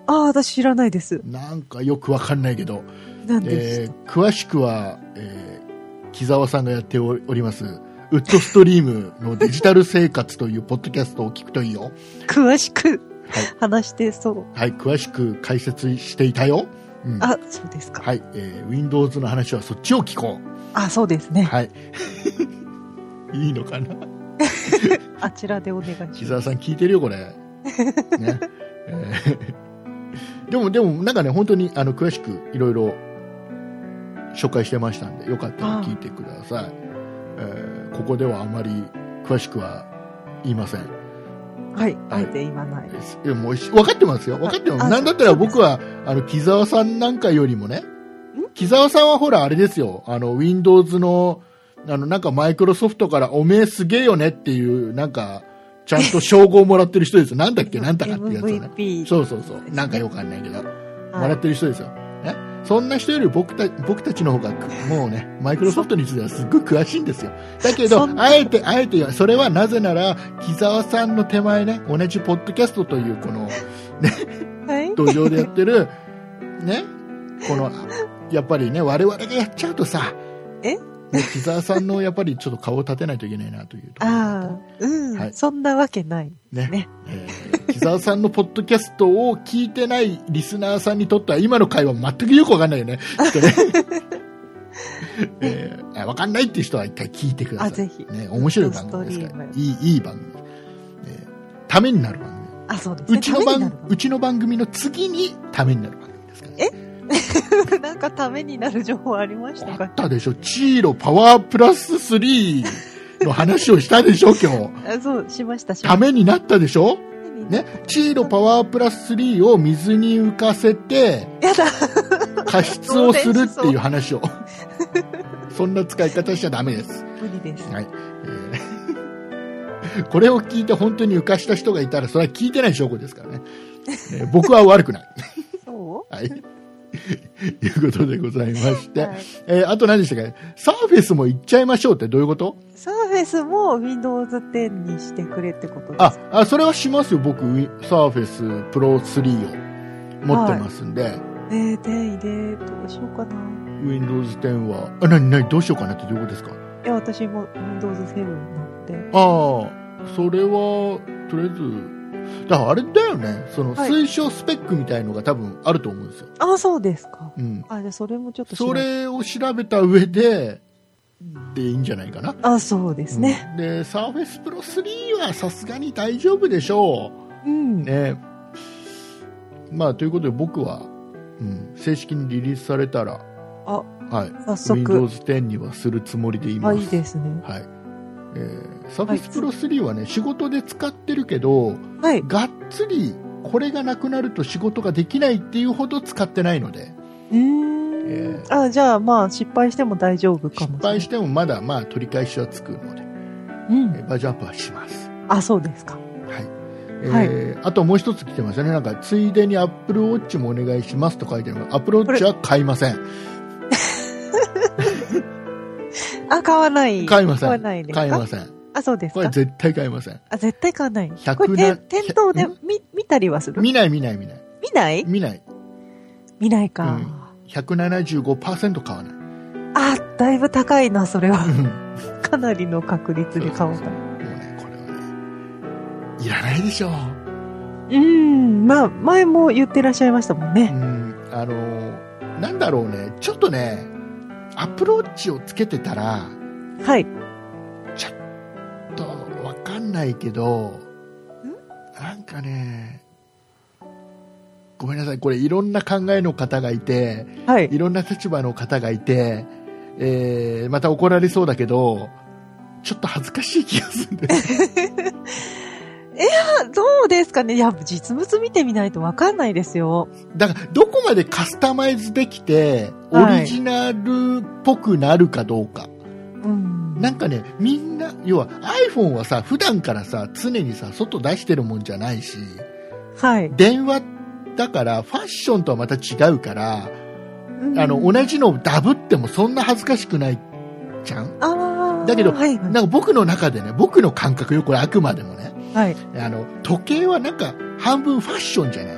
Speaker 3: ああ、私知らないです。
Speaker 2: なんかよくわかんないけど、
Speaker 3: なん (laughs) です。
Speaker 2: えー詳しくは、えー木澤さんがやっております、ウッドストリームのデジタル生活というポッドキャストを聞くといいよ。
Speaker 3: 詳しく
Speaker 2: はい
Speaker 3: 話してそう。
Speaker 2: はい、詳しく解説していたよ。うん
Speaker 3: あ、そうですか。
Speaker 2: はい、えー Windows の話はそっちを聞こう。
Speaker 3: あ、そうですね。
Speaker 2: はい。 (laughs) いいのかな
Speaker 3: あちらでお願いします
Speaker 2: 木。澤さん聞いてるよこれ、ねえーでもでもなんかね本当にあの詳しくいろいろ紹介してましたんでよかったら聞いてください、えーここではあまり詳しくは言いません
Speaker 3: はい。あえて言わない。
Speaker 2: ですいやもうし分かってますよ分かってます
Speaker 3: あ
Speaker 2: なんだったら
Speaker 3: そうです
Speaker 2: 僕はあの木澤さんなんかよりもね木澤さんはほらあれですよあの Windows のあのなんかマイクロソフトからおめえすげえよねっていうなんかちゃんと称号もらってる人ですよなんだっ
Speaker 3: (laughs)
Speaker 2: けなんだかってやつをね
Speaker 3: MVP。
Speaker 2: そうそうそう。なんかよくわかんないけど、もらってる人ですよ。ね、そんな人より僕た僕たちの方が、もうね、マイクロソフトについてはすっごい詳しいんですよ。だけ
Speaker 3: そ
Speaker 2: ど
Speaker 3: ん、な
Speaker 2: あえて、あえて言わ、それはなぜなら、木澤さんの手前ね、同じポッドキャストという、こ
Speaker 3: (laughs)
Speaker 2: の、
Speaker 3: はい。
Speaker 2: 土壌でやってる、ね、この、やっぱりね、我々がやっちゃうとさ、
Speaker 3: え
Speaker 2: ね木澤さんのやっぱりちょっと顔を立てないといけないなというところが
Speaker 3: ああ、うん、
Speaker 2: はい
Speaker 3: そんなわけない。
Speaker 2: ね
Speaker 3: ね
Speaker 2: えー木澤さんのポッドキャストを聞いてないリスナーさんにとっては今の会話全くよくわかんないよね。きっと
Speaker 3: (laughs)
Speaker 2: ねえーあわかんないっていう人は一回聞いてください。
Speaker 3: あぜひ
Speaker 2: ね、面白い番組ですから
Speaker 3: ウッ。ドスト
Speaker 2: いい、いい番組、えーためになる番
Speaker 3: あ、そうです
Speaker 2: 組。う
Speaker 3: ね。
Speaker 2: ちの
Speaker 3: ためになる
Speaker 2: 番、うちの番組の次にためになる番組ですから、
Speaker 3: のなん (laughs) かためになる情報ありました
Speaker 2: あ
Speaker 3: か
Speaker 2: ったでしょ。チーロパワープラス3の話をしたでしょ、今日。
Speaker 3: あそう、しました、したまし
Speaker 2: めになったでしょ
Speaker 3: た。に
Speaker 2: ね、チーロパワープラス3を水に浮かせ
Speaker 3: (laughs)
Speaker 2: て
Speaker 3: やだ。
Speaker 2: 加湿をするっていう話
Speaker 3: (laughs)
Speaker 2: をそんな使い方しちゃダメです、
Speaker 3: 無理です。
Speaker 2: はいえーこれを聞いて本当に浮かした人がいたらそれは聞いてない証拠ですからね、えー僕は悪くない、
Speaker 3: そ
Speaker 2: はい、いうことでございまし
Speaker 3: う
Speaker 2: て、
Speaker 3: はい
Speaker 2: えーあと何でしたっけサーフェスも行っちゃいましょうってどういうこと
Speaker 3: サーフェスも Windows 10にしてくれってことです
Speaker 2: あ
Speaker 3: か
Speaker 2: あそれはしますよ僕サーフェスプロ3を持ってますんで、
Speaker 3: ねえ、10入れ、どうしようかな。
Speaker 2: Windows 10は、あ、なになにどうしようかなってどういうことですか
Speaker 3: いや、私も Windows 7なんで。
Speaker 2: ああ、それは、とりあえず、だからあれだよね、その
Speaker 3: はい
Speaker 2: 推奨スペックみたいのが多分あると思うんですよ。
Speaker 3: あ、そうですか。
Speaker 2: うん。
Speaker 3: あ、じゃあそれもちょっと調
Speaker 2: そ
Speaker 3: べ
Speaker 2: れを調べた上で、でいいんじゃないかな。
Speaker 3: あ、そうですね。
Speaker 2: うんで、サーフェスプロ3はさすがに大丈夫でしょ
Speaker 3: うん。
Speaker 2: う。ね。まあ、ということで僕は、うん、正式にリリースされたら、
Speaker 3: あ、
Speaker 2: はい。
Speaker 3: 早速。
Speaker 2: Windows 10にはするつもりでいま
Speaker 3: あ、
Speaker 2: す。
Speaker 3: いいですね。
Speaker 2: はいえー、サービスプロ3はね、仕事で使ってるけど、
Speaker 3: はい。
Speaker 2: がっつりこれがなくなると仕事ができないっていうほど使ってないので、
Speaker 3: うーん、
Speaker 2: え
Speaker 3: あじゃあまあ失敗しても大丈夫か
Speaker 2: 失
Speaker 3: もしれない
Speaker 2: 敗してもまだまあ取り返しはつくので、
Speaker 3: う
Speaker 2: え
Speaker 3: ん
Speaker 2: ーバージョンアップはします。
Speaker 3: あそうですか
Speaker 2: はいえーあともう一つ来てましたね。なんか、ついでに Apple Watch もお願いしますと書いてあるの。Apple Watch は買いません。
Speaker 3: あ買わない
Speaker 2: 買いませ
Speaker 3: 買わ
Speaker 2: ん。
Speaker 3: ないですか
Speaker 2: 買いません。
Speaker 3: あそうです
Speaker 2: これ
Speaker 3: か
Speaker 2: 絶対買いません。
Speaker 3: あ絶対買わない
Speaker 2: 100
Speaker 3: これ
Speaker 2: な
Speaker 3: 店店頭で
Speaker 2: ん
Speaker 3: 見見たりはする見
Speaker 2: 見ない見ない見ない。
Speaker 3: ない
Speaker 2: 見ない。
Speaker 3: 見ないか、
Speaker 2: 175%買わない。
Speaker 3: あだいぶ高いなそれは
Speaker 2: うん
Speaker 3: (laughs) かなりの確率で買おう
Speaker 2: そうそうそう
Speaker 3: か
Speaker 2: もうねこれはねいらないでしょう、
Speaker 3: うんまあ前も言ってらっしゃいましたもん
Speaker 2: う
Speaker 3: ね
Speaker 2: ん、あのなんだろうねちょっとねアプローチをつけてたら
Speaker 3: はい
Speaker 2: ちょっとわかんないけどなんかねごめんなさいこれいろんな考えの方がいて
Speaker 3: はい
Speaker 2: いろんな立場の方がいて、
Speaker 3: (laughs)
Speaker 2: えーまた怒られそうだけどちょっと恥ずかしい気がするんです
Speaker 3: あどうですかねいや、実物見てみないとわかんないですよ。
Speaker 2: だから、どこまでカスタマイズできて、オ
Speaker 3: はい
Speaker 2: リジナルっぽくなるかどうか。
Speaker 3: うん。
Speaker 2: なんかね、みんな、要は iPhone はさ、普段からさ、常にさ、外出してるもんじゃないし、
Speaker 3: はい。
Speaker 2: 電話だから、ファッションとはまた違うから、
Speaker 3: うん
Speaker 2: あの、同じのをダブってもそんな恥ずかしくないじゃん
Speaker 3: あー
Speaker 2: だけど
Speaker 3: はい、
Speaker 2: なん
Speaker 3: はい。
Speaker 2: か僕の中でね、僕の感覚よ、これあくまでもね、
Speaker 3: はい。
Speaker 2: あの、時計はなんか、半分ファッションじゃない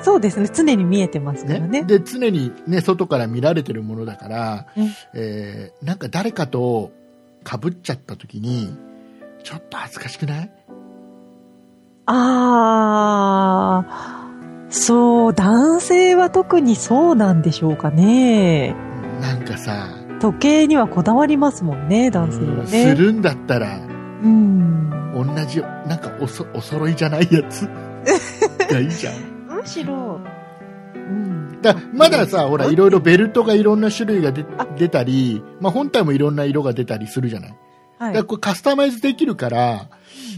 Speaker 3: そうですね。常に見えてますからね。
Speaker 2: で常に、ね、外から見られてるものだから、
Speaker 3: うん
Speaker 2: えーなんか誰かとかぶっちゃった時にちょっと恥ずかしくない
Speaker 3: ああ、そう、男性は特にそうなんでしょうかね。
Speaker 2: なんかさ、
Speaker 3: 時計にはこだわりますもんね、男性はね。
Speaker 2: するんだったら
Speaker 3: うん。
Speaker 2: 同じなんかおそお揃いじゃないや
Speaker 3: (laughs)
Speaker 2: つがいいじゃん
Speaker 3: むしろ、うん。
Speaker 2: だまださほらいろいろベルトがいろんな種類が出
Speaker 3: あ
Speaker 2: 出たり、まあ、本体もいろんな色が出たりするじゃないだ
Speaker 3: はい
Speaker 2: から。これカスタマイズできるから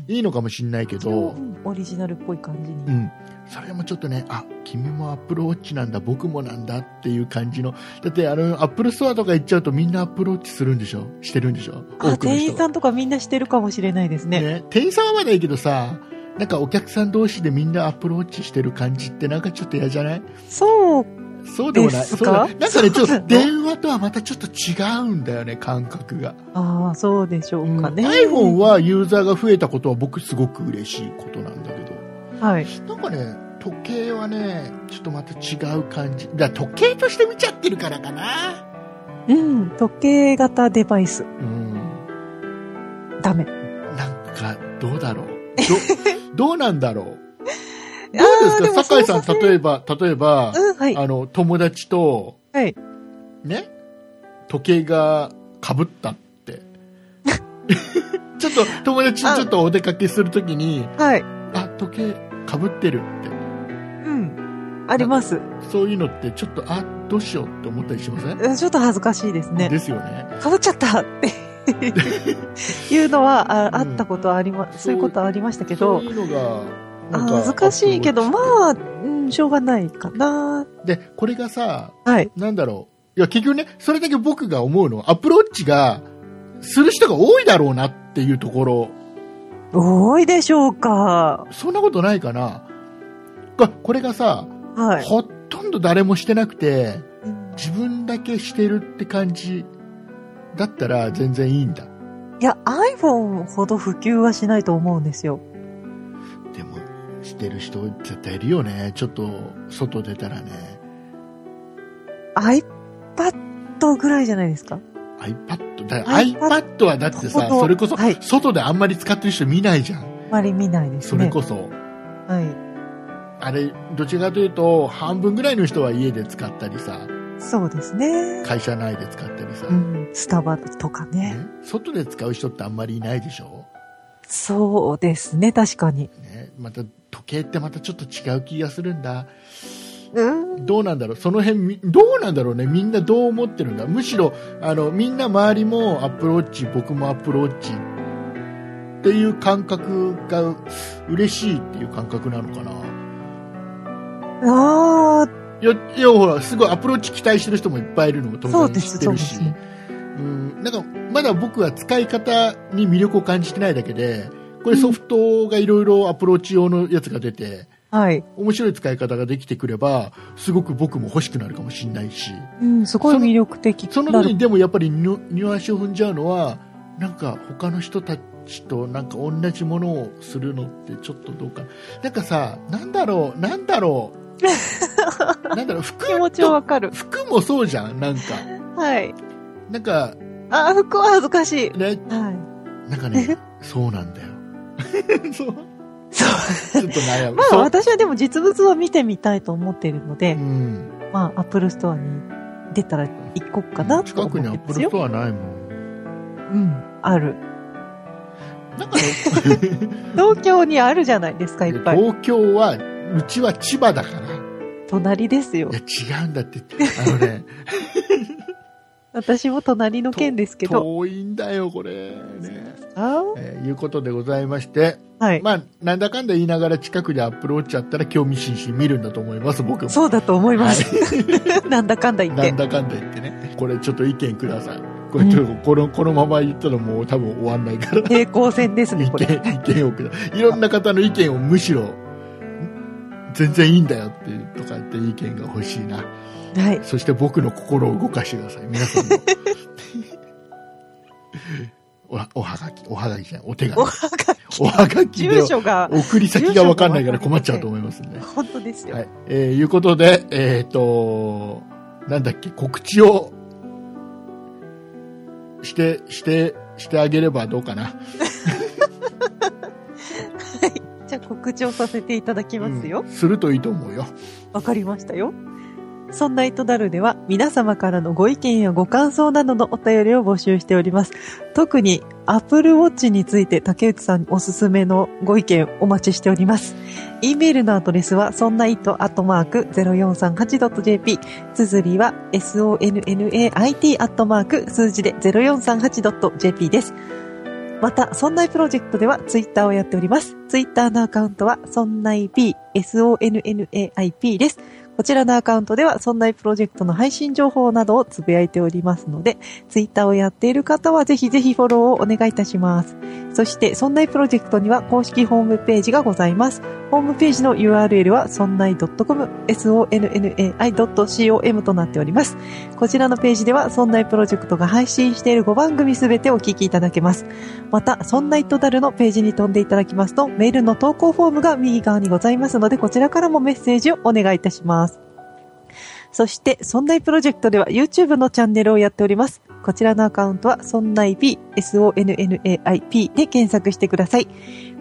Speaker 2: いいのかもしれないけど、
Speaker 3: うんオリジナルっぽい感じに。
Speaker 2: うん、それもちょっとね、あ君もアップルウォッチなんだ、僕もなんだっていう感じの、だってあのアップルストアとか行っちゃうと、みんなアップルウォッチするんでしょ、してるんでしょ、
Speaker 3: あ、
Speaker 2: 多くの
Speaker 3: 店
Speaker 2: 人
Speaker 3: 員さんとかみんなしてるかもしれないですね。
Speaker 2: ね、店員さんはまだいいけどさ、なんかお客さん同士でみんなアップルウォッチしてる感じって、なんかちょっと嫌じゃない
Speaker 3: そう。
Speaker 2: そうでもない、
Speaker 3: です
Speaker 2: そうだ
Speaker 3: か
Speaker 2: なんかね、ちょっ
Speaker 3: そう
Speaker 2: と
Speaker 3: なの
Speaker 2: 電話とはまたちょっと違うんだよね、感覚が。
Speaker 3: ああ、そうでしょうかね。
Speaker 2: iPhone はユーザーが増えたことは、僕、すごく嬉しいことなんだけど。
Speaker 3: はい。
Speaker 2: なんかね、時計はね、ちょっとまた違う感じ。だから時計として見ちゃってるからかな。
Speaker 3: うん。時計型デバイス。
Speaker 2: うん。
Speaker 3: ダメ。
Speaker 2: なんか、どうだろう。ど、ど
Speaker 3: (laughs)
Speaker 2: うなんだろう。
Speaker 3: あ
Speaker 2: どうですか
Speaker 3: ー
Speaker 2: 酒井さ
Speaker 3: でもそうそ
Speaker 2: ん、
Speaker 3: う
Speaker 2: 例えば、例えば、
Speaker 3: うん、はい。
Speaker 2: あの、友達と、
Speaker 3: はい。
Speaker 2: ね、時計が被った
Speaker 3: (laughs)
Speaker 2: って。ちょっと、友達にちょっとお出かけするときに、
Speaker 3: はい。
Speaker 2: あ、時計被ってるって。
Speaker 3: うん。あります。
Speaker 2: そういうのって、ちょっと、あ、どうしようって思ったりしません、
Speaker 3: うんちょっと恥ずかしいですね。
Speaker 2: ですよね。
Speaker 3: かぶっちゃったって
Speaker 2: (laughs)
Speaker 3: いうのはああ
Speaker 2: うん
Speaker 3: ったことはありま、そういうことはありましたけ
Speaker 2: そう
Speaker 3: ど、
Speaker 2: いうのがなんか
Speaker 3: あ難しいけど、ま
Speaker 2: あ
Speaker 3: あ、うん、しょうがないかな。
Speaker 2: でこれがさ
Speaker 3: はい。
Speaker 2: なんだろういや結局ねそれだけ僕が思うのはアップローチがする人が多いだろうなっていうところ
Speaker 3: 多いでしょうか。
Speaker 2: そんなことないかなここれがさ、
Speaker 3: はい。
Speaker 2: ほとんど誰もしてなくて
Speaker 3: うん
Speaker 2: 自分だけしてるって感じだったら全然いいんだ
Speaker 3: いや、iPhone ほど普及はしないと思うんですよ。
Speaker 2: でもしてる人絶対いるよねちょっと外出たらね
Speaker 3: iPad ぐらいじゃないですか。
Speaker 2: iPad だ
Speaker 3: iPad
Speaker 2: iPad はだってさ
Speaker 3: ほど
Speaker 2: それこそ
Speaker 3: はい
Speaker 2: 外であんまり使ってる人見ないじゃん
Speaker 3: あまり見ないですね。
Speaker 2: それこそ、
Speaker 3: はい。
Speaker 2: あれどちらかというと半分ぐらいの人は家で使ったりさ
Speaker 3: そうですね。
Speaker 2: 会社内で使ったりさ、
Speaker 3: うん、スタバとかね。
Speaker 2: ね外で使う人ってあんまりいないでしょ、
Speaker 3: そうですね、確かに。
Speaker 2: ね、また時計ってまたちょっと違う気がするんだ
Speaker 3: うん。
Speaker 2: どうなんだろうその辺みどうなんだろうねみんなどう思ってるんだむしろあのみんな周りもアップローチ僕もアップローチっていう感覚が嬉しいっていう感覚なのかな
Speaker 3: ああ、
Speaker 2: いや、いやほら、すごいアプローチ期待してる人もいっぱいいるのも
Speaker 3: そ
Speaker 2: 当
Speaker 3: う
Speaker 2: 然
Speaker 3: で
Speaker 2: 知
Speaker 3: す、
Speaker 2: って
Speaker 3: そう
Speaker 2: る
Speaker 3: で
Speaker 2: し。
Speaker 3: す
Speaker 2: う
Speaker 3: ね。
Speaker 2: ん、なんか、まだ僕は使い方に魅力を感じてないだけで、これソフトがいろいろアプローチ用のやつが出て、
Speaker 3: はい。
Speaker 2: 面白い使い方ができてくれば、すごく僕も欲しくなるかもしれないし、
Speaker 3: うん、すごい魅力的
Speaker 2: その
Speaker 3: な
Speaker 2: 時
Speaker 3: る
Speaker 2: にでもやっぱりニュニュアンスを踏んじゃうのは、なんか他の人たちとなんか同じものをするのってちょっとどうかな。なんかさ、なんだろう、なんだろ
Speaker 3: (laughs)
Speaker 2: う、なんだろう、服
Speaker 3: 気持ちはわかる。
Speaker 2: 服もそうじゃんなんか
Speaker 3: はい。
Speaker 2: なんか
Speaker 3: あ、服は恥ずかしい。
Speaker 2: ね
Speaker 3: は
Speaker 2: なんかねそうなんだよ (laughs) そう
Speaker 3: い。そう。
Speaker 2: ちょっと悩む
Speaker 3: まあ
Speaker 2: そう
Speaker 3: 私はでも実物は見てみたいと思っているので
Speaker 2: う、ん
Speaker 3: まあアップルストアに出たら行こうかなと
Speaker 2: 近
Speaker 3: 思って
Speaker 2: くにアッ
Speaker 3: ま
Speaker 2: プ
Speaker 3: す
Speaker 2: ルス
Speaker 3: よ。
Speaker 2: トアないもん
Speaker 3: うん、ある。
Speaker 2: なん
Speaker 3: (laughs)
Speaker 2: かね
Speaker 3: 東京にあるじゃないですか、いっぱい。
Speaker 2: 東京はうちは千葉だからい
Speaker 3: 隣ですよ。
Speaker 2: や違うんだってあのね
Speaker 3: 私も隣の県ですけど。
Speaker 2: 遠いんだよ、これ。ね。
Speaker 3: あ
Speaker 2: えーいうことでございまして、
Speaker 3: ーはい。
Speaker 2: まあ、なんだかんだ言いながら近くでアップローチあったら興味津々見るんだと思います、僕も。
Speaker 3: そうだと思います。 (laughs) なんだかんだ言っ
Speaker 2: な
Speaker 3: て
Speaker 2: ん。だかんだ言ってね。これちょっと意見ください。これちょっとこの、このまま言ったらもう多分終わんないから。
Speaker 3: 平行線ですね、
Speaker 2: 意
Speaker 3: こ
Speaker 2: (laughs)
Speaker 3: れ。
Speaker 2: 見、意見をくだいろんな方の意見をむしろ、全然いいんだよっていう、とかって意見が欲しいな。
Speaker 3: はい。
Speaker 2: そして僕の心を動かしてください。皆さんも。おはおはがき、おはがきじゃない、お手
Speaker 3: お
Speaker 2: 紙。
Speaker 3: はが
Speaker 2: おはが
Speaker 3: き、
Speaker 2: きで
Speaker 3: 住所が、
Speaker 2: 送り先がわかんないから困っちゃうと思いますんで。
Speaker 3: 本当ですよ。
Speaker 2: はい。えーいうことで、えっ、と、なんだっけ、告知をして、して、してあげればどうかな。
Speaker 3: じゃあ告知をさせていただきますよ
Speaker 2: うん。するといいと思うよ。
Speaker 3: わかりましたよ。そんな糸だるでは皆様からのご意見やご感想などのお便りを募集しております。特に Apple Watch について竹内さんにおすすめのご意見お待ちしております。e メールのアドレスはそんな糸アットマーク 0438.jp 綴りは sonnait アットマーク数字で 0438.jp です。また、そんないプロジェクトではツイッターをやっております。ツイッターのアカウントは、そんない p、sonnaip です。こちらのアカウントでは、そんないプロジェクトの配信情報などをつぶやいておりますので、ツイッターをやっている方は、ぜひぜひフォローをお願いいたします。そして、そんないプロジェクトには公式ホームページがございます。ホームページの URL は、そんない .com、sonnai.com となっております。こちらのページでは、そんないプロジェクトが配信している5番組すべてお聞きいただけます。また、そんな糸だるのページに飛んでいただきますと、メールの投稿フォームが右側にございますので、こちらからもメッセージをお願いいたします。そして、そんないプロジェクトでは YouTube のチャンネルをやっております。こちらのアカウントは、そんない P、SONNAIP で検索してください。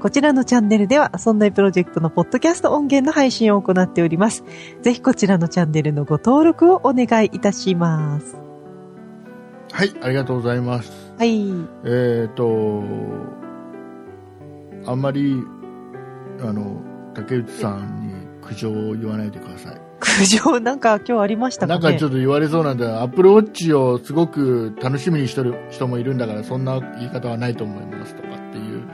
Speaker 3: こちらのチャンネルでは、そんないプロジェクトのポッドキャスト音源の配信を行っております。ぜひこちらのチャンネルのご登録をお願いいたします。
Speaker 2: はい、ありがとうございます。
Speaker 3: はい。
Speaker 2: えっ、と、あんまり、あの、竹内さんに苦情を言わないでください。
Speaker 3: 苦情なんか今日ありましたか
Speaker 2: な
Speaker 3: ね
Speaker 2: んかちょっと言われそうなんで、アップルウォッチをすごく楽しみにしてる人もいるんだから、そんな言い方はないと思いますとかっていう
Speaker 3: い
Speaker 2: こ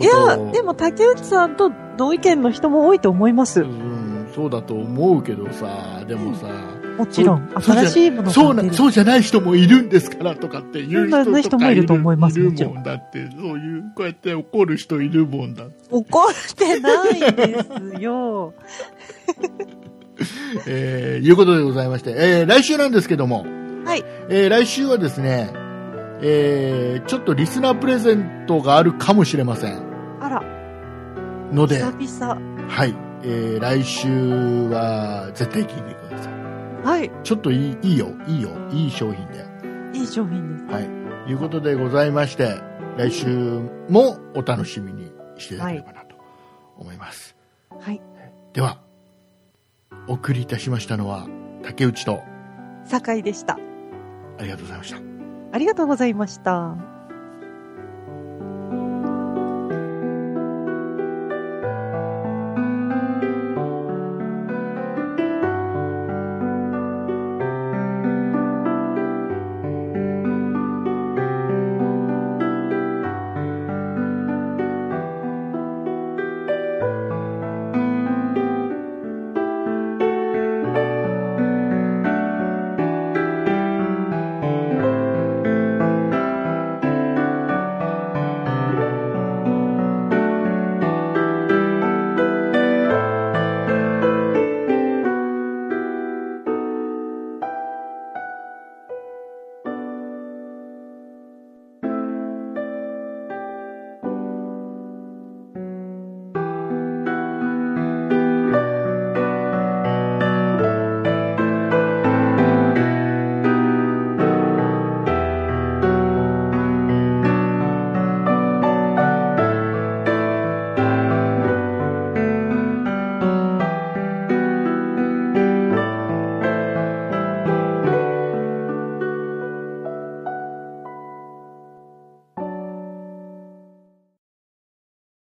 Speaker 2: と
Speaker 3: や
Speaker 2: を。、
Speaker 3: でも竹内さんと同意見の人も多いと思います
Speaker 2: う。ん、そうだと思うけどさ、でもさ、
Speaker 3: もちろん、
Speaker 2: そう
Speaker 3: 新しいもの
Speaker 2: そう
Speaker 3: が出
Speaker 2: な
Speaker 3: る
Speaker 2: そうじゃない人もいるんですからとかっていう人
Speaker 3: そんな人
Speaker 2: とか
Speaker 3: もいると思います
Speaker 2: いる
Speaker 3: もちろん
Speaker 2: もんだって、そういう、こうやって怒る人いるもんだって。
Speaker 3: 怒ってないですよ。 (laughs)
Speaker 2: えーいうことでございまして、えー来週なんですけども、
Speaker 3: はい。
Speaker 2: えー来週はですね、えーちょっとリスナープレゼントがあるかもしれません
Speaker 3: あら、
Speaker 2: ので、
Speaker 3: 久々。
Speaker 2: はい、えー来週は絶対聞いてください。
Speaker 3: はい。
Speaker 2: ちょっといいいいよ、いいよ、いい商品だよ。
Speaker 3: いい商品です。
Speaker 2: はい。いうことでございまして、来週もお楽しみにしていただければなと思います。
Speaker 3: はい。
Speaker 2: では、お送りいたしましたのは、竹内と、
Speaker 3: 酒井でした。
Speaker 2: ありがとうございました。
Speaker 3: ありがとうございました。